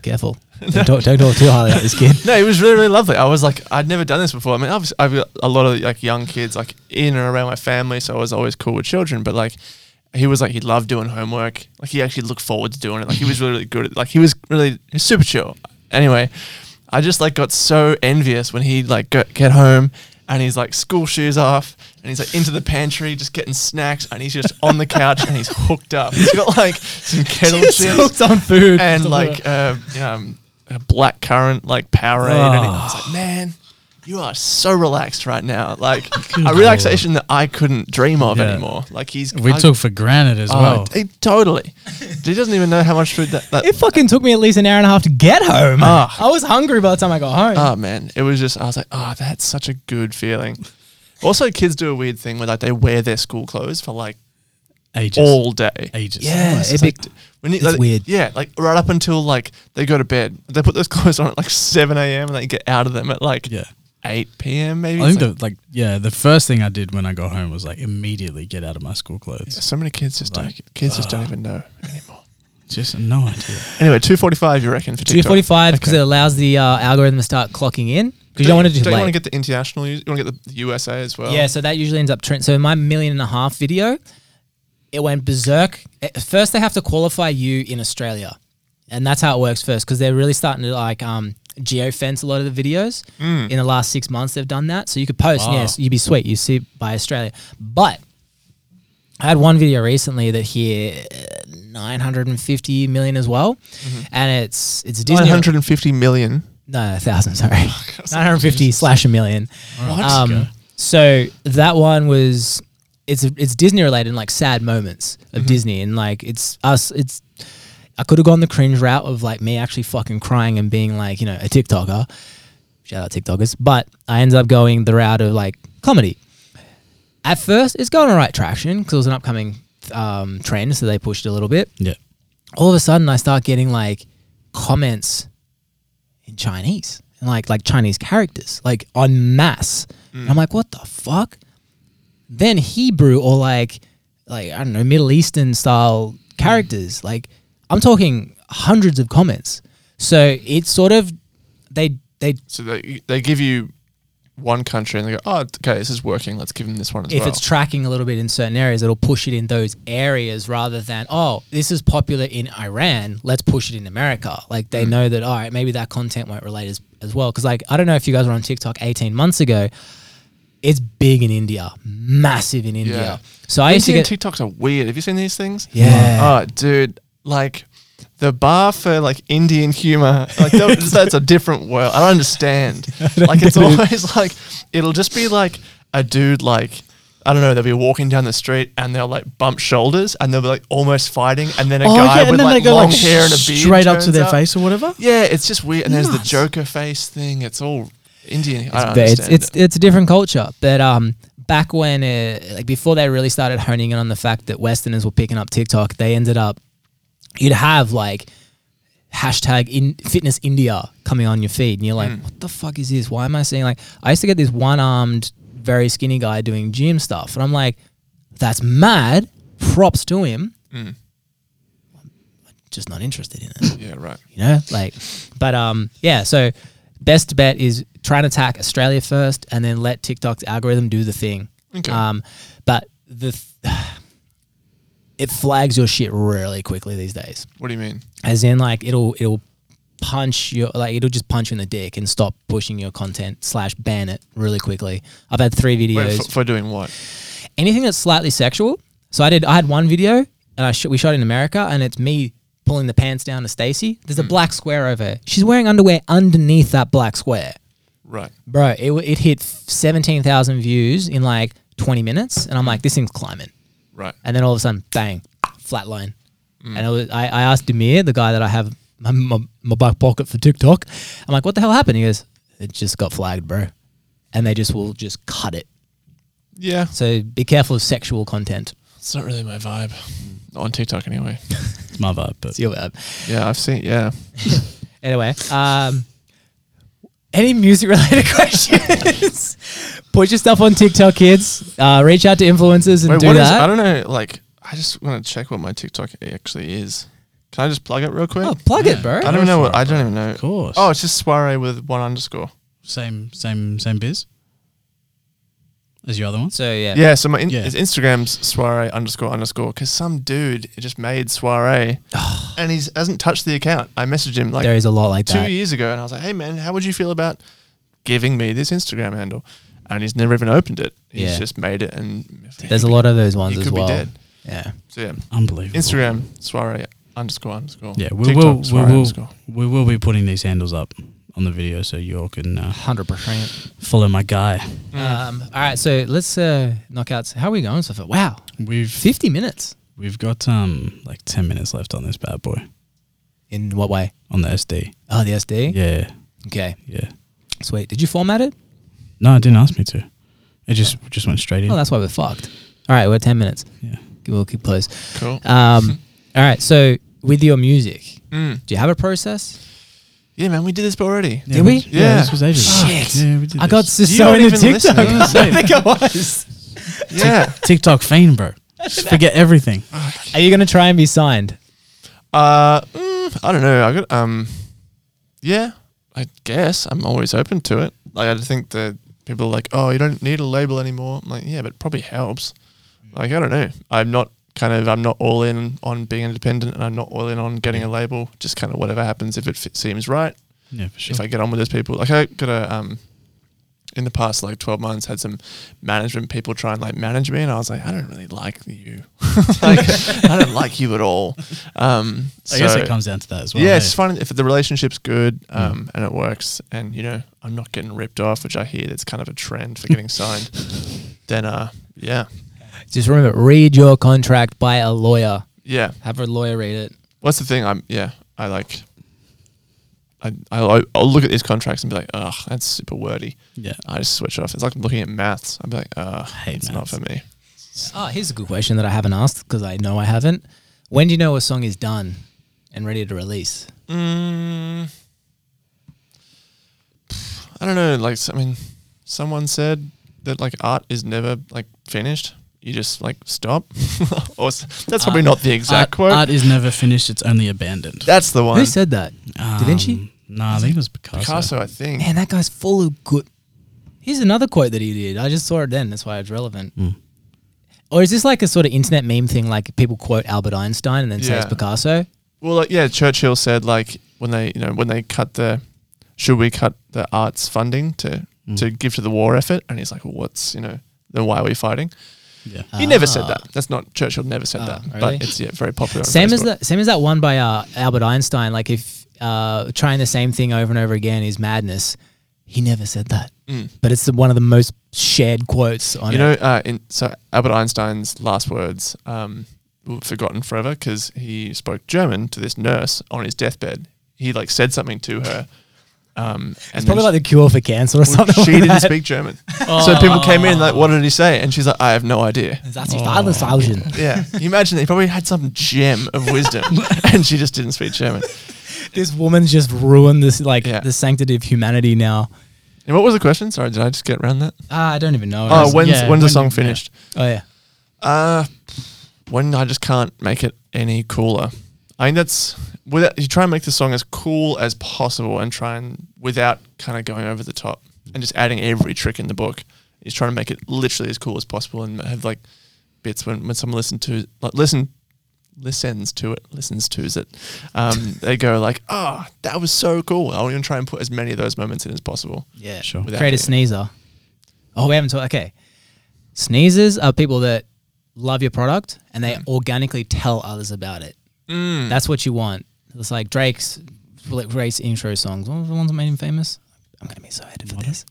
S2: Careful. <laughs> Don't, talk, don't talk too highly about
S1: <laughs>
S2: this kid.
S1: no, he was really really lovely. I was like, I'd never done this before. I mean, obviously, I've got a lot of like young kids like in and around my family, so I was always cool with children. But like, he was like he loved doing homework. Like he actually looked forward to doing it. Like he was really, really good. At, like he was really he was super chill. Anyway, I just like got so envious when he like go, get home. and and he's like school shoes off, and he's like into the pantry just getting snacks, and he's just on the couch and he's hooked up. He's got like some kettle chips
S2: on
S1: <laughs>
S2: food.
S1: and like uh, you know, um, a black currant like Powerade, and I was
S3: Ah.
S1: like, man. You are so relaxed right now,
S3: <laughs>
S1: like a relaxation that I couldn't dream of
S3: Yeah.
S1: anymore. Like he's
S3: We
S1: I-
S3: took for granted as
S1: Oh,
S3: well.
S1: he-
S3: <laughs>
S1: totally. he doesn't even know how much food that. that
S2: it fucking took me at least an hour and a half to get home.
S1: Ah.
S2: I was hungry by the time I got home.
S1: oh man, it was just I was like, oh, that's such a good feeling. Also, kids do a weird thing where like they wear their school clothes for like
S3: Ages.
S1: all day.
S3: Ages.
S4: Yeah,
S1: It's
S4: it'd
S1: like-
S4: be-
S1: when you-
S4: it's
S1: like-
S4: weird.
S1: Yeah, like right up until like they go to bed, they put those <laughs> clothes on at like seven a.m. and they get out of them at like
S3: Yeah.
S1: eight p.m. Maybe.
S3: I
S1: It's
S3: think
S1: like,
S3: the like yeah, the first thing I did when I got home was like immediately get out of my school clothes.
S1: so many kids just
S3: Like,
S1: don't. Kids just don't even know anymore.
S3: Just no idea.
S1: Anyway, two forty-five. You reckon for
S2: Two
S1: TikTok?
S2: forty-five because
S1: Okay.
S2: it allows the uh, algorithm to start clocking in because you don't want to just
S1: Don't you want to get
S2: late.
S1: the international? use- You want to get the USA as well.
S2: Yeah, so that usually ends up trend. So my million and a half video, it went berserk. At first, they have to qualify you in Australia, and that's how it works first because they're really starting to like um, geofence a lot of the videos.
S1: Mm.
S2: In the last six months, they've done that. So you could post, and
S3: Wow.
S2: yes, you'd be sweet. You see by Australia, but I had one video recently that hit eh, 950 million as well, and it's it's Disney.
S1: Mm-hmm. Nine hundred and fifty million.
S2: No, a thousand, sorry. 950 slash a million.
S3: Okay.
S2: Um, so that one was, it's it's Disney related, and like sad moments of Disney. And like, it's us, it's, I could have gone the cringe route of like me actually fucking crying and being like, you know, a TikToker. Shout out TikTokers. But I ended up going the route of like comedy. At first, it's going all right traction because it was an upcoming um, trend. So they pushed it a little bit
S3: Yeah.
S2: all of a sudden I start getting like comments in Chinese and like like Chinese characters like en masse. And I'm like, what the fuck? Then Hebrew or like like I don't know Middle Eastern style characters. Like I'm talking hundreds of comments. So it's sort of they they
S1: So they they give you one country and they go, oh, okay, this is working. Let's give them this one as
S2: if
S1: well.
S2: it's tracking a little bit in certain areas, it'll push it in those areas rather than, oh, this is popular in Iran, let's push it in America. Like
S1: Mm.
S2: they know that, all right, maybe that content won't relate as, as well. Cause like, I don't know if you guys were on TikTok 18 months ago, it's big in India, massive in India.
S1: Yeah.
S2: So I used to
S1: Indian
S2: get,
S1: TikToks are weird. Have you seen these things?
S2: yeah.
S1: Oh, dude, like the bar for like Indian humor, like that- that's a different world. I don't understand. like it's always like it'll just be like a dude like. I don't know. They'll be walking down the street and they'll like bump shoulders and they'll be like almost fighting, and
S2: Oh,
S1: then a guy with like long hair and a beard
S3: straight up to
S1: turns
S3: their face or whatever.
S1: Yeah, it's just weird. And there's the
S3: Nuts.
S1: Joker face thing. It's all Indian. I don't
S2: But it's
S1: understand
S2: it's
S1: it.
S2: it's a different culture. But um, back when uh, like before they really started honing in on the fact that Westerners were picking up TikTok, they ended up you'd have like hashtag in fitness India coming on your feed, and you're like,
S1: Mm.
S2: what the fuck is this? Why am I seeing like? I used to get this one armed, very skinny guy doing gym stuff, and I'm like, that's mad. Props to him.
S1: Mm.
S2: Just not interested in it
S1: yeah, right.
S2: you know like but um yeah so best bet is try and attack australia first and then let tiktok's algorithm do the thing
S1: Okay.
S2: um but the th- <sighs> it flags your shit really quickly these days
S1: What do you mean?
S2: as in like it'll it'll punch your like it'll just punch you in the dick and stop pushing your content slash ban it really quickly i've had three videos
S1: Wait, for, for doing what?
S2: anything that's slightly sexual. So I did. I had one video, and I sh- we shot in America, and it's me pulling the pants down to Stacy. There's a black square over her. She's wearing underwear underneath that black square,
S1: Right.
S2: bro. It w- it hit seventeen thousand views in like twenty minutes, and I'm like, this thing's climbing.
S1: Right.
S2: And then all of a sudden, bang, flat line. And it was, I, I asked Demir, the guy that I have my, my, my back pocket for TikTok, I'm like, what the hell happened? He goes, it just got flagged, bro. And they just will just cut it.
S1: Yeah.
S2: So be careful of sexual content.
S1: It's not really my vibe. Not Mm. on TikTok <laughs> anyway.
S3: It's my vibe, but
S2: It's your web.
S1: Yeah, I've seen. Yeah.
S2: Anyway, um, any music related <laughs> questions? Put your stuff on TikTok, kids. Uh, reach out to influencers and
S1: Wait,
S2: do
S1: what is? I
S2: that.
S1: don't know. Like, I just want to check what my TikTok actually is. Can I just plug it real quick?
S2: oh, plug it,
S3: Yeah.
S2: bro.
S1: I don't even know. What, I don't even know.
S3: of course.
S1: Oh, it's just soiree with one underscore.
S3: same same same biz as your other ones.
S2: So yeah,
S1: Yeah. So my in-
S3: Yeah.
S1: it's Instagram's soiree underscore underscore because some dude just made
S2: <sighs>
S1: soiree and he hasn't touched the account. I messaged him like
S2: there is a lot like
S1: two
S2: that.
S1: years ago, and I was like, "Hey, man, how would you feel about giving me this Instagram handle?" and he's never even opened it. He's
S4: Yeah.
S1: just made it, and
S4: There's a lot of those ones
S1: he
S4: as
S1: could be
S4: well.
S1: dead.
S4: Yeah.
S1: So yeah,
S3: Unbelievable.
S1: Instagram Soiree underscore underscore.
S3: Yeah, we
S1: TikTok,
S3: will- we
S1: soiree
S3: will-
S1: underscore.
S3: We will be putting these handles up on the video so you all can uh,
S2: Hundred percent.
S3: follow my guy.
S1: Mm.
S2: Um, all right, so let's uh, knock out. How are we going so far? Wow,
S3: We've
S2: fifty minutes.
S3: we've got um like ten minutes left on this bad boy
S2: In what way?
S3: on the SD.
S2: Oh, the SD.
S3: Yeah,
S2: Okay,
S3: yeah.
S2: sweet. Did you format it?
S3: No, it didn't ask me to. It just just went straight in.
S2: Oh, that's why we're fucked. All right, we're at ten minutes.
S3: yeah.
S2: We'll keep close.
S1: Cool. <laughs>
S2: Um, all right, so with your music,
S1: Mm.
S2: do you have a process?
S1: Yeah, man, we did this already.
S3: Yeah,
S2: Did we?
S3: this- Yeah,
S1: Yeah.
S3: this was ages. ago.
S2: Shit.
S3: Yeah, we did
S2: I got
S3: this.
S2: so
S1: You don't
S2: into
S1: even listen.
S2: TikTok.
S1: Yeah,
S2: <laughs> I think I was.
S1: <laughs> Yeah.
S3: TikTok
S2: <laughs>
S3: fame, bro. Just forget everything.
S2: Are you gonna try and be signed?
S1: Uh, mm, I don't know. I got um, yeah. I guess I'm always open to it. Like I think that people are like, oh, you don't need a label anymore. I'm like, yeah, but it probably helps. Like I don't know. I'm not kind of I'm not all in on being independent, and I'm not all in on getting a label. Just kind of whatever happens if it fit, seems right.
S3: Yeah, for sure.
S1: If I get on with those people, like I got a um. In the past, like twelve months, had some management people try and like manage me, and I was like, I don't really like you. <laughs> like, I don't like you at all. Um,
S3: I guess
S1: so-
S3: it comes eh? down to that as well.
S1: yeah,
S3: hey?
S1: it's fun if the relationship's good
S3: Mm.
S1: um, and it works, and you know I'm not getting ripped off, which I hear that's kind of a trend for getting signed.
S3: <laughs>
S1: Then, uh, yeah,
S2: Just remember, read your contract by a lawyer.
S1: yeah.
S2: Have a lawyer read it.
S1: What's the thing? I'm yeah. I like. I I'll, I'll look at these contracts and be like, ugh, that's super wordy.
S3: Yeah.
S1: I just switch off. It's like looking at maths. I'd be like, ugh,
S3: hate
S1: it's not
S3: maths.
S1: for me.
S2: Oh, here's a good question that I haven't asked because I know I haven't. When do you know a song is done and ready to release?
S1: Mm, I don't know. Like, I mean, someone said that like art is never like finished. You just like stop. <laughs> or s- that's probably
S3: Art-
S1: not the exact
S3: art,
S1: quote.
S3: art is never finished; it's only abandoned.
S1: that's the one.
S2: Who said that? Da Vinci?
S3: Um, Nah, I think it was Picasso.
S1: Picasso, I think.
S2: Man, that guy's full of good. Here's another quote that he did. I just saw it then. That's why it's relevant.
S3: Mm.
S2: Or is this like a sort of internet meme thing? Like people quote Albert Einstein and then say it's
S1: Yeah.
S2: Picasso.
S1: Well, like, yeah, Churchill said like when they you know when they cut the should we cut the arts funding to
S3: Mm.
S1: to give to the war effort, and he's like, well, what's you know then why are we fighting?
S3: Yeah.
S1: He never said
S2: Ah.
S1: that. That's not Churchill. Never said
S2: Ah,
S1: that.
S2: really?
S1: But it's yeah, very popular. on
S2: Same as
S1: Facebook.
S2: that. Same as that one by uh, Albert Einstein. Like if uh, trying the same thing over and over again is madness. He never said that,
S1: Mm.
S2: but it's the, one of the most shared quotes on
S1: you
S2: it.
S1: know, uh, in, so Albert Einstein's last words um, were forgotten forever because he spoke German to this nurse on his deathbed. He like said something to her. Um,
S2: it's probably like the cure for cancer or something.
S1: she
S2: like
S1: didn't
S2: <laughs> that. Oh.
S1: speak German, so people came in like, "What did he say?" And she's like, "I have no
S2: <laughs>
S1: idea."
S2: That's his father's thousand.
S1: <laughs> Yeah, you imagine that he probably had some gem of wisdom, <laughs> and she just didn't speak German.
S2: This woman's just ruined this like
S1: Yeah.
S2: the sanctity of humanity now.
S1: And what was the question? Sorry, did I just get around that?
S2: Ah, I don't even know.
S1: Oh, when's
S3: yeah,
S1: when's the
S3: when-
S1: song
S3: yeah.
S1: finished?
S2: oh yeah.
S1: Uh, when I just can't make it any cooler. I mean, that's without you try and make the song as cool as possible and try and without kind of going over the top and just adding every trick in the book. He's trying to make it literally as cool as possible and have like bits when, when someone listen to like listen listens to it listens to it um, they go like oh that was so cool I want to try and put as many of those moments in as possible
S2: Yeah.
S3: Sure.
S1: without
S2: Create a
S1: being-
S2: sneezer. Oh, we haven't talked. Okay. Sneezers are people that love your product and they organically tell others about it.
S1: Mm.
S2: That's what you want. It's like Drake's like, Drake's intro songs. What was the ones that made him famous? I'm going to be so hated for
S3: Motto?
S2: this.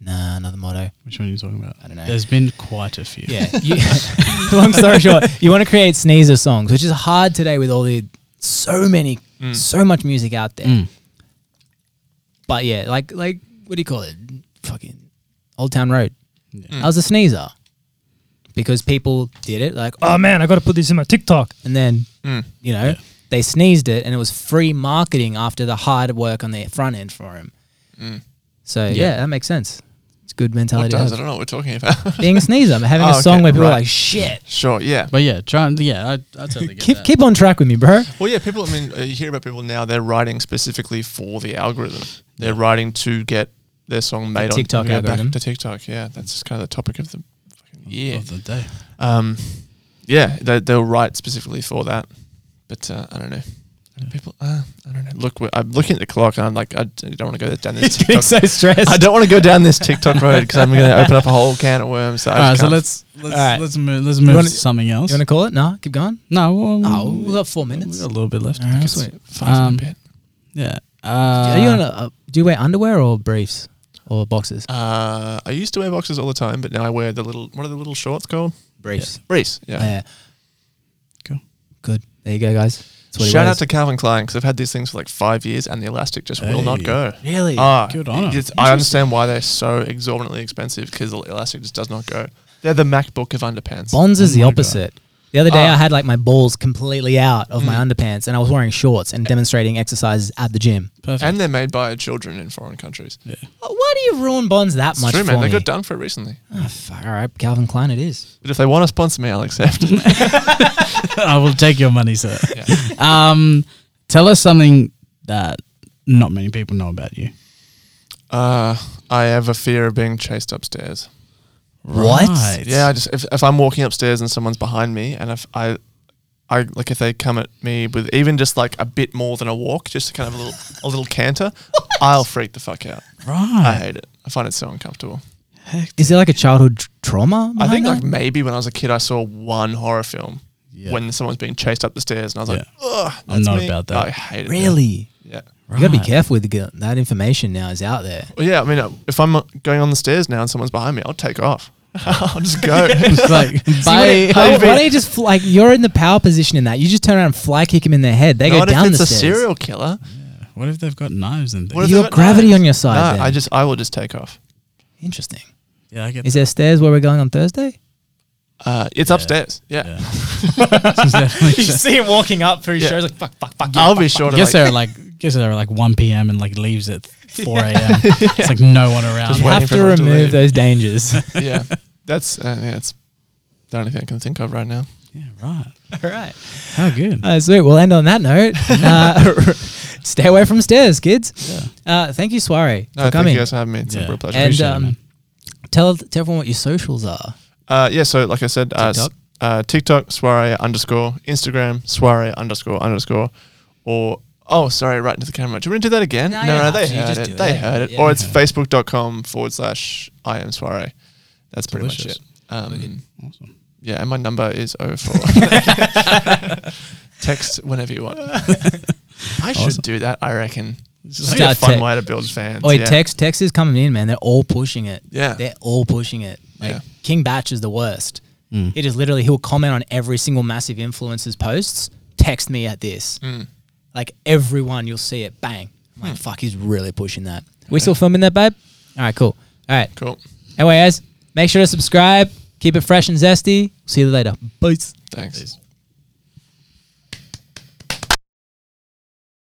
S2: Nah, another motto.
S3: Which one are you talking about?
S2: I don't know.
S3: There's been quite a few.
S2: Yeah. You, <laughs> long story short, you want to create sneezer songs, which is hard today with all the so many,
S1: Mm.
S2: so much music out there.
S3: <laughs> Mm.
S2: But yeah, like like what do you call it? Fucking Old Town Road.
S3: Yeah.
S2: I was a sneezer because people did it, like oh,
S7: Oh man, I gotta put this in my TikTok.
S2: and then
S1: Mm.
S2: you know
S3: Yeah.
S2: they sneezed it, and it was free marketing after the hard work on the front end for him. So yeah. that makes sense. It's good
S1: Mm. what
S2: mentality. to
S1: does I
S2: have.
S1: don't know what we're talking about <laughs>
S2: Being a sneezer, I'm having
S1: Oh,
S2: a
S1: okay,
S2: song where people are
S1: right.
S2: like, "Shit,
S1: sure yeah
S3: But yeah, try and yeah, I, I totally get
S2: keep
S3: that.
S2: keep on track with me,
S1: <laughs>
S2: bro."
S1: Well, yeah, people. I mean, uh, you hear about people now. They're writing specifically for the algorithm. They're writing to get their song made on
S2: TikTok
S1: we go back
S2: algorithm.
S1: To TikTok, yeah, that's just kind of the topic of the fucking year.
S3: Of the day.
S1: Um, yeah, they, they'll write specifically for that. But uh, I don't know. People, uh, I don't know. look, wh- I'm looking at the clock, and I'm like, I d- don't want to go down
S4: He's
S1: this.
S2: <laughs>
S3: <laughs>
S4: getting
S1: TikTok.
S4: so stressed.
S1: I don't want to go down this TikTok road because I'm going to open up a whole can of worms. So I
S3: All right,
S1: just
S3: so
S1: can't.
S3: let's let's
S2: right.
S3: let's move let's move
S2: wanna-
S3: to something else.
S2: You want to call it? No, keep going.
S3: no, well,
S2: Oh, we got four
S3: we
S2: minutes.
S3: got a little bit left.
S2: All right, sweet.
S1: Five's
S3: um,
S1: a bit.
S3: Yeah. Uh,
S2: Are you on a, uh, do you wear underwear or briefs or boxes?
S1: Uh, I used to wear boxes all the time, but now I wear the little. What are the little shorts called?
S2: Briefs.
S1: Briefs. Yeah.
S2: Yeah.
S3: Cool.
S2: Good. There you go, guys. That's what he
S1: Shout
S2: wears.
S1: out to Calvin Klein because I've had these things for like five years, and the elastic just will not
S3: Hey.
S1: go.
S2: Really?
S1: Ah,
S3: Good on 'em.
S1: it's- I understand why they're so exorbitantly expensive because the elastic just does not go. They're the MacBook of underpants.
S2: Bonds is
S3: Oh
S2: the
S3: my
S2: opposite. The other day,
S1: Ah. Mm.
S2: I had like my balls completely out of my underpants, and I was wearing shorts and demonstrating exercises at the gym.
S3: perfect.
S1: and they're made by children in foreign countries.
S2: Wh- Why do you ruin bonds that
S1: It's
S2: much
S1: true,
S2: for
S1: man. They
S2: me?
S1: got done for it recently.
S2: Oh, fuck, all right, Calvin Klein, it is.
S1: But if they want to sponsor me, I'll accept.
S3: <laughs> I will take your
S2: <laughs>
S3: money, sir. Um, tell us something that not many people know about you.
S1: uh, I have a fear of being chased upstairs.
S2: What?
S3: Right.
S1: Yeah, I just if, if I'm walking upstairs and someone's behind me, and if I, I like if they come at me with even just like a bit more than a walk, just to kind of a little a little canter, I'll freak the fuck out. I
S3: Right.
S1: hate it. I find it so uncomfortable.
S2: Is there like a childhood tr- trauma?
S1: I think like
S2: behind
S1: maybe when I was a kid, I saw one horror film
S3: Yeah.
S1: when someone's being chased up the stairs, and I was like, "Ugh,
S3: I'm
S1: that's
S3: not
S1: me."
S3: about that.
S1: I hate it.
S2: that? really?
S1: Yeah.
S2: You gotta be
S3: Right.
S2: careful with the, g- that information now. Is
S1: <laughs>
S2: out there.
S1: Well, yeah. I mean, uh, if I'm uh, going on the stairs now and someone's behind me, I'll take off. <laughs> I'll just go.
S2: <laughs>
S3: It's like
S2: Why,
S3: bye.
S1: how you
S2: why
S1: feel-
S2: don't you just fl- like you're in the power position in that? You just turn around and fly kick him in the head. They go
S1: Not if
S2: down
S1: it's
S2: the
S1: a
S2: stairs.
S1: serial killer.
S3: What if they've got knives and
S1: What
S3: things?
S1: if
S2: You
S1: they've
S2: got
S1: got
S2: gravity
S1: knives?
S2: on your side.
S1: Nah,
S2: then.
S1: I just I will just take off.
S2: interesting.
S3: Yeah, I get.
S2: Is there stairs where we're going on Thursday?
S1: Uh, it's upstairs. Yeah.
S3: Yeah. Is that-
S2: <laughs> see him walking up through
S1: Yeah. shows,
S2: like fuck, fuck, fuck.
S1: I'll be sure to
S3: guess
S1: like,
S3: they're like guess they're like 1 p.m. and like leaves
S2: <laughs>
S3: at 4 a.m. It's like no one around.
S1: Just
S2: You
S1: waiting
S2: have
S1: for
S2: to
S1: everyone to
S2: remove
S1: leave.
S2: those <laughs> dangers.
S1: yeah. That's uh, yeah. It's the only thing I can think of right now.
S3: yeah, right.
S2: All right.
S3: How good.
S2: Uh, sweet. We'll end on that <laughs> note. Uh, stay away from stairs, kids.
S3: Yeah.
S2: Uh, thank you, Soiree,
S1: No,
S2: for
S1: thank
S2: coming.
S1: you guys for having me. It's
S3: Yeah.
S1: a real pleasure.
S2: and
S3: Appreciate it,
S2: um,
S3: man.
S2: tell, tell everyone what your socials are.
S1: Uh, yeah, so like I said, uh, s-
S2: TikTok.
S1: uh, TikTok soiree underscore Instagram soiree underscore underscore, or oh, sorry, right into the camera. Do you want to do that again? No,
S2: No, you
S1: no,
S2: don't
S1: they
S2: have to, you
S1: heard
S2: just
S1: it.
S2: do it.
S1: They heard it.
S2: Yeah.
S1: Or it's facebook.com forward slash I am soiree. That's pretty
S3: Delicious.
S1: much it. Um,
S3: Awesome.
S1: yeah, and my number is 04.
S2: <laughs>
S1: <laughs> Text whenever you want. I should
S3: Awesome.
S1: do that, I reckon. It's
S2: Start
S1: a fun
S2: text.
S1: way to build fans.
S2: Oh, wait,
S1: yeah.
S2: text, text is coming in, man. They're all pushing it.
S1: Yeah.
S2: They're all pushing it. Like
S1: Yeah.
S2: King Batch is the worst. It is literally he'll comment on every single massive influencer's posts. Text me at this.
S1: Hmm.
S2: Like everyone, you'll see it. Bang. I'm like, fuck, he's really pushing that. We still filming that, babe? All right, cool. All right.
S1: Cool.
S2: Anyway, guys, make sure to subscribe. Keep it fresh and zesty. See you later. Peace.
S1: Thanks.
S3: Peace.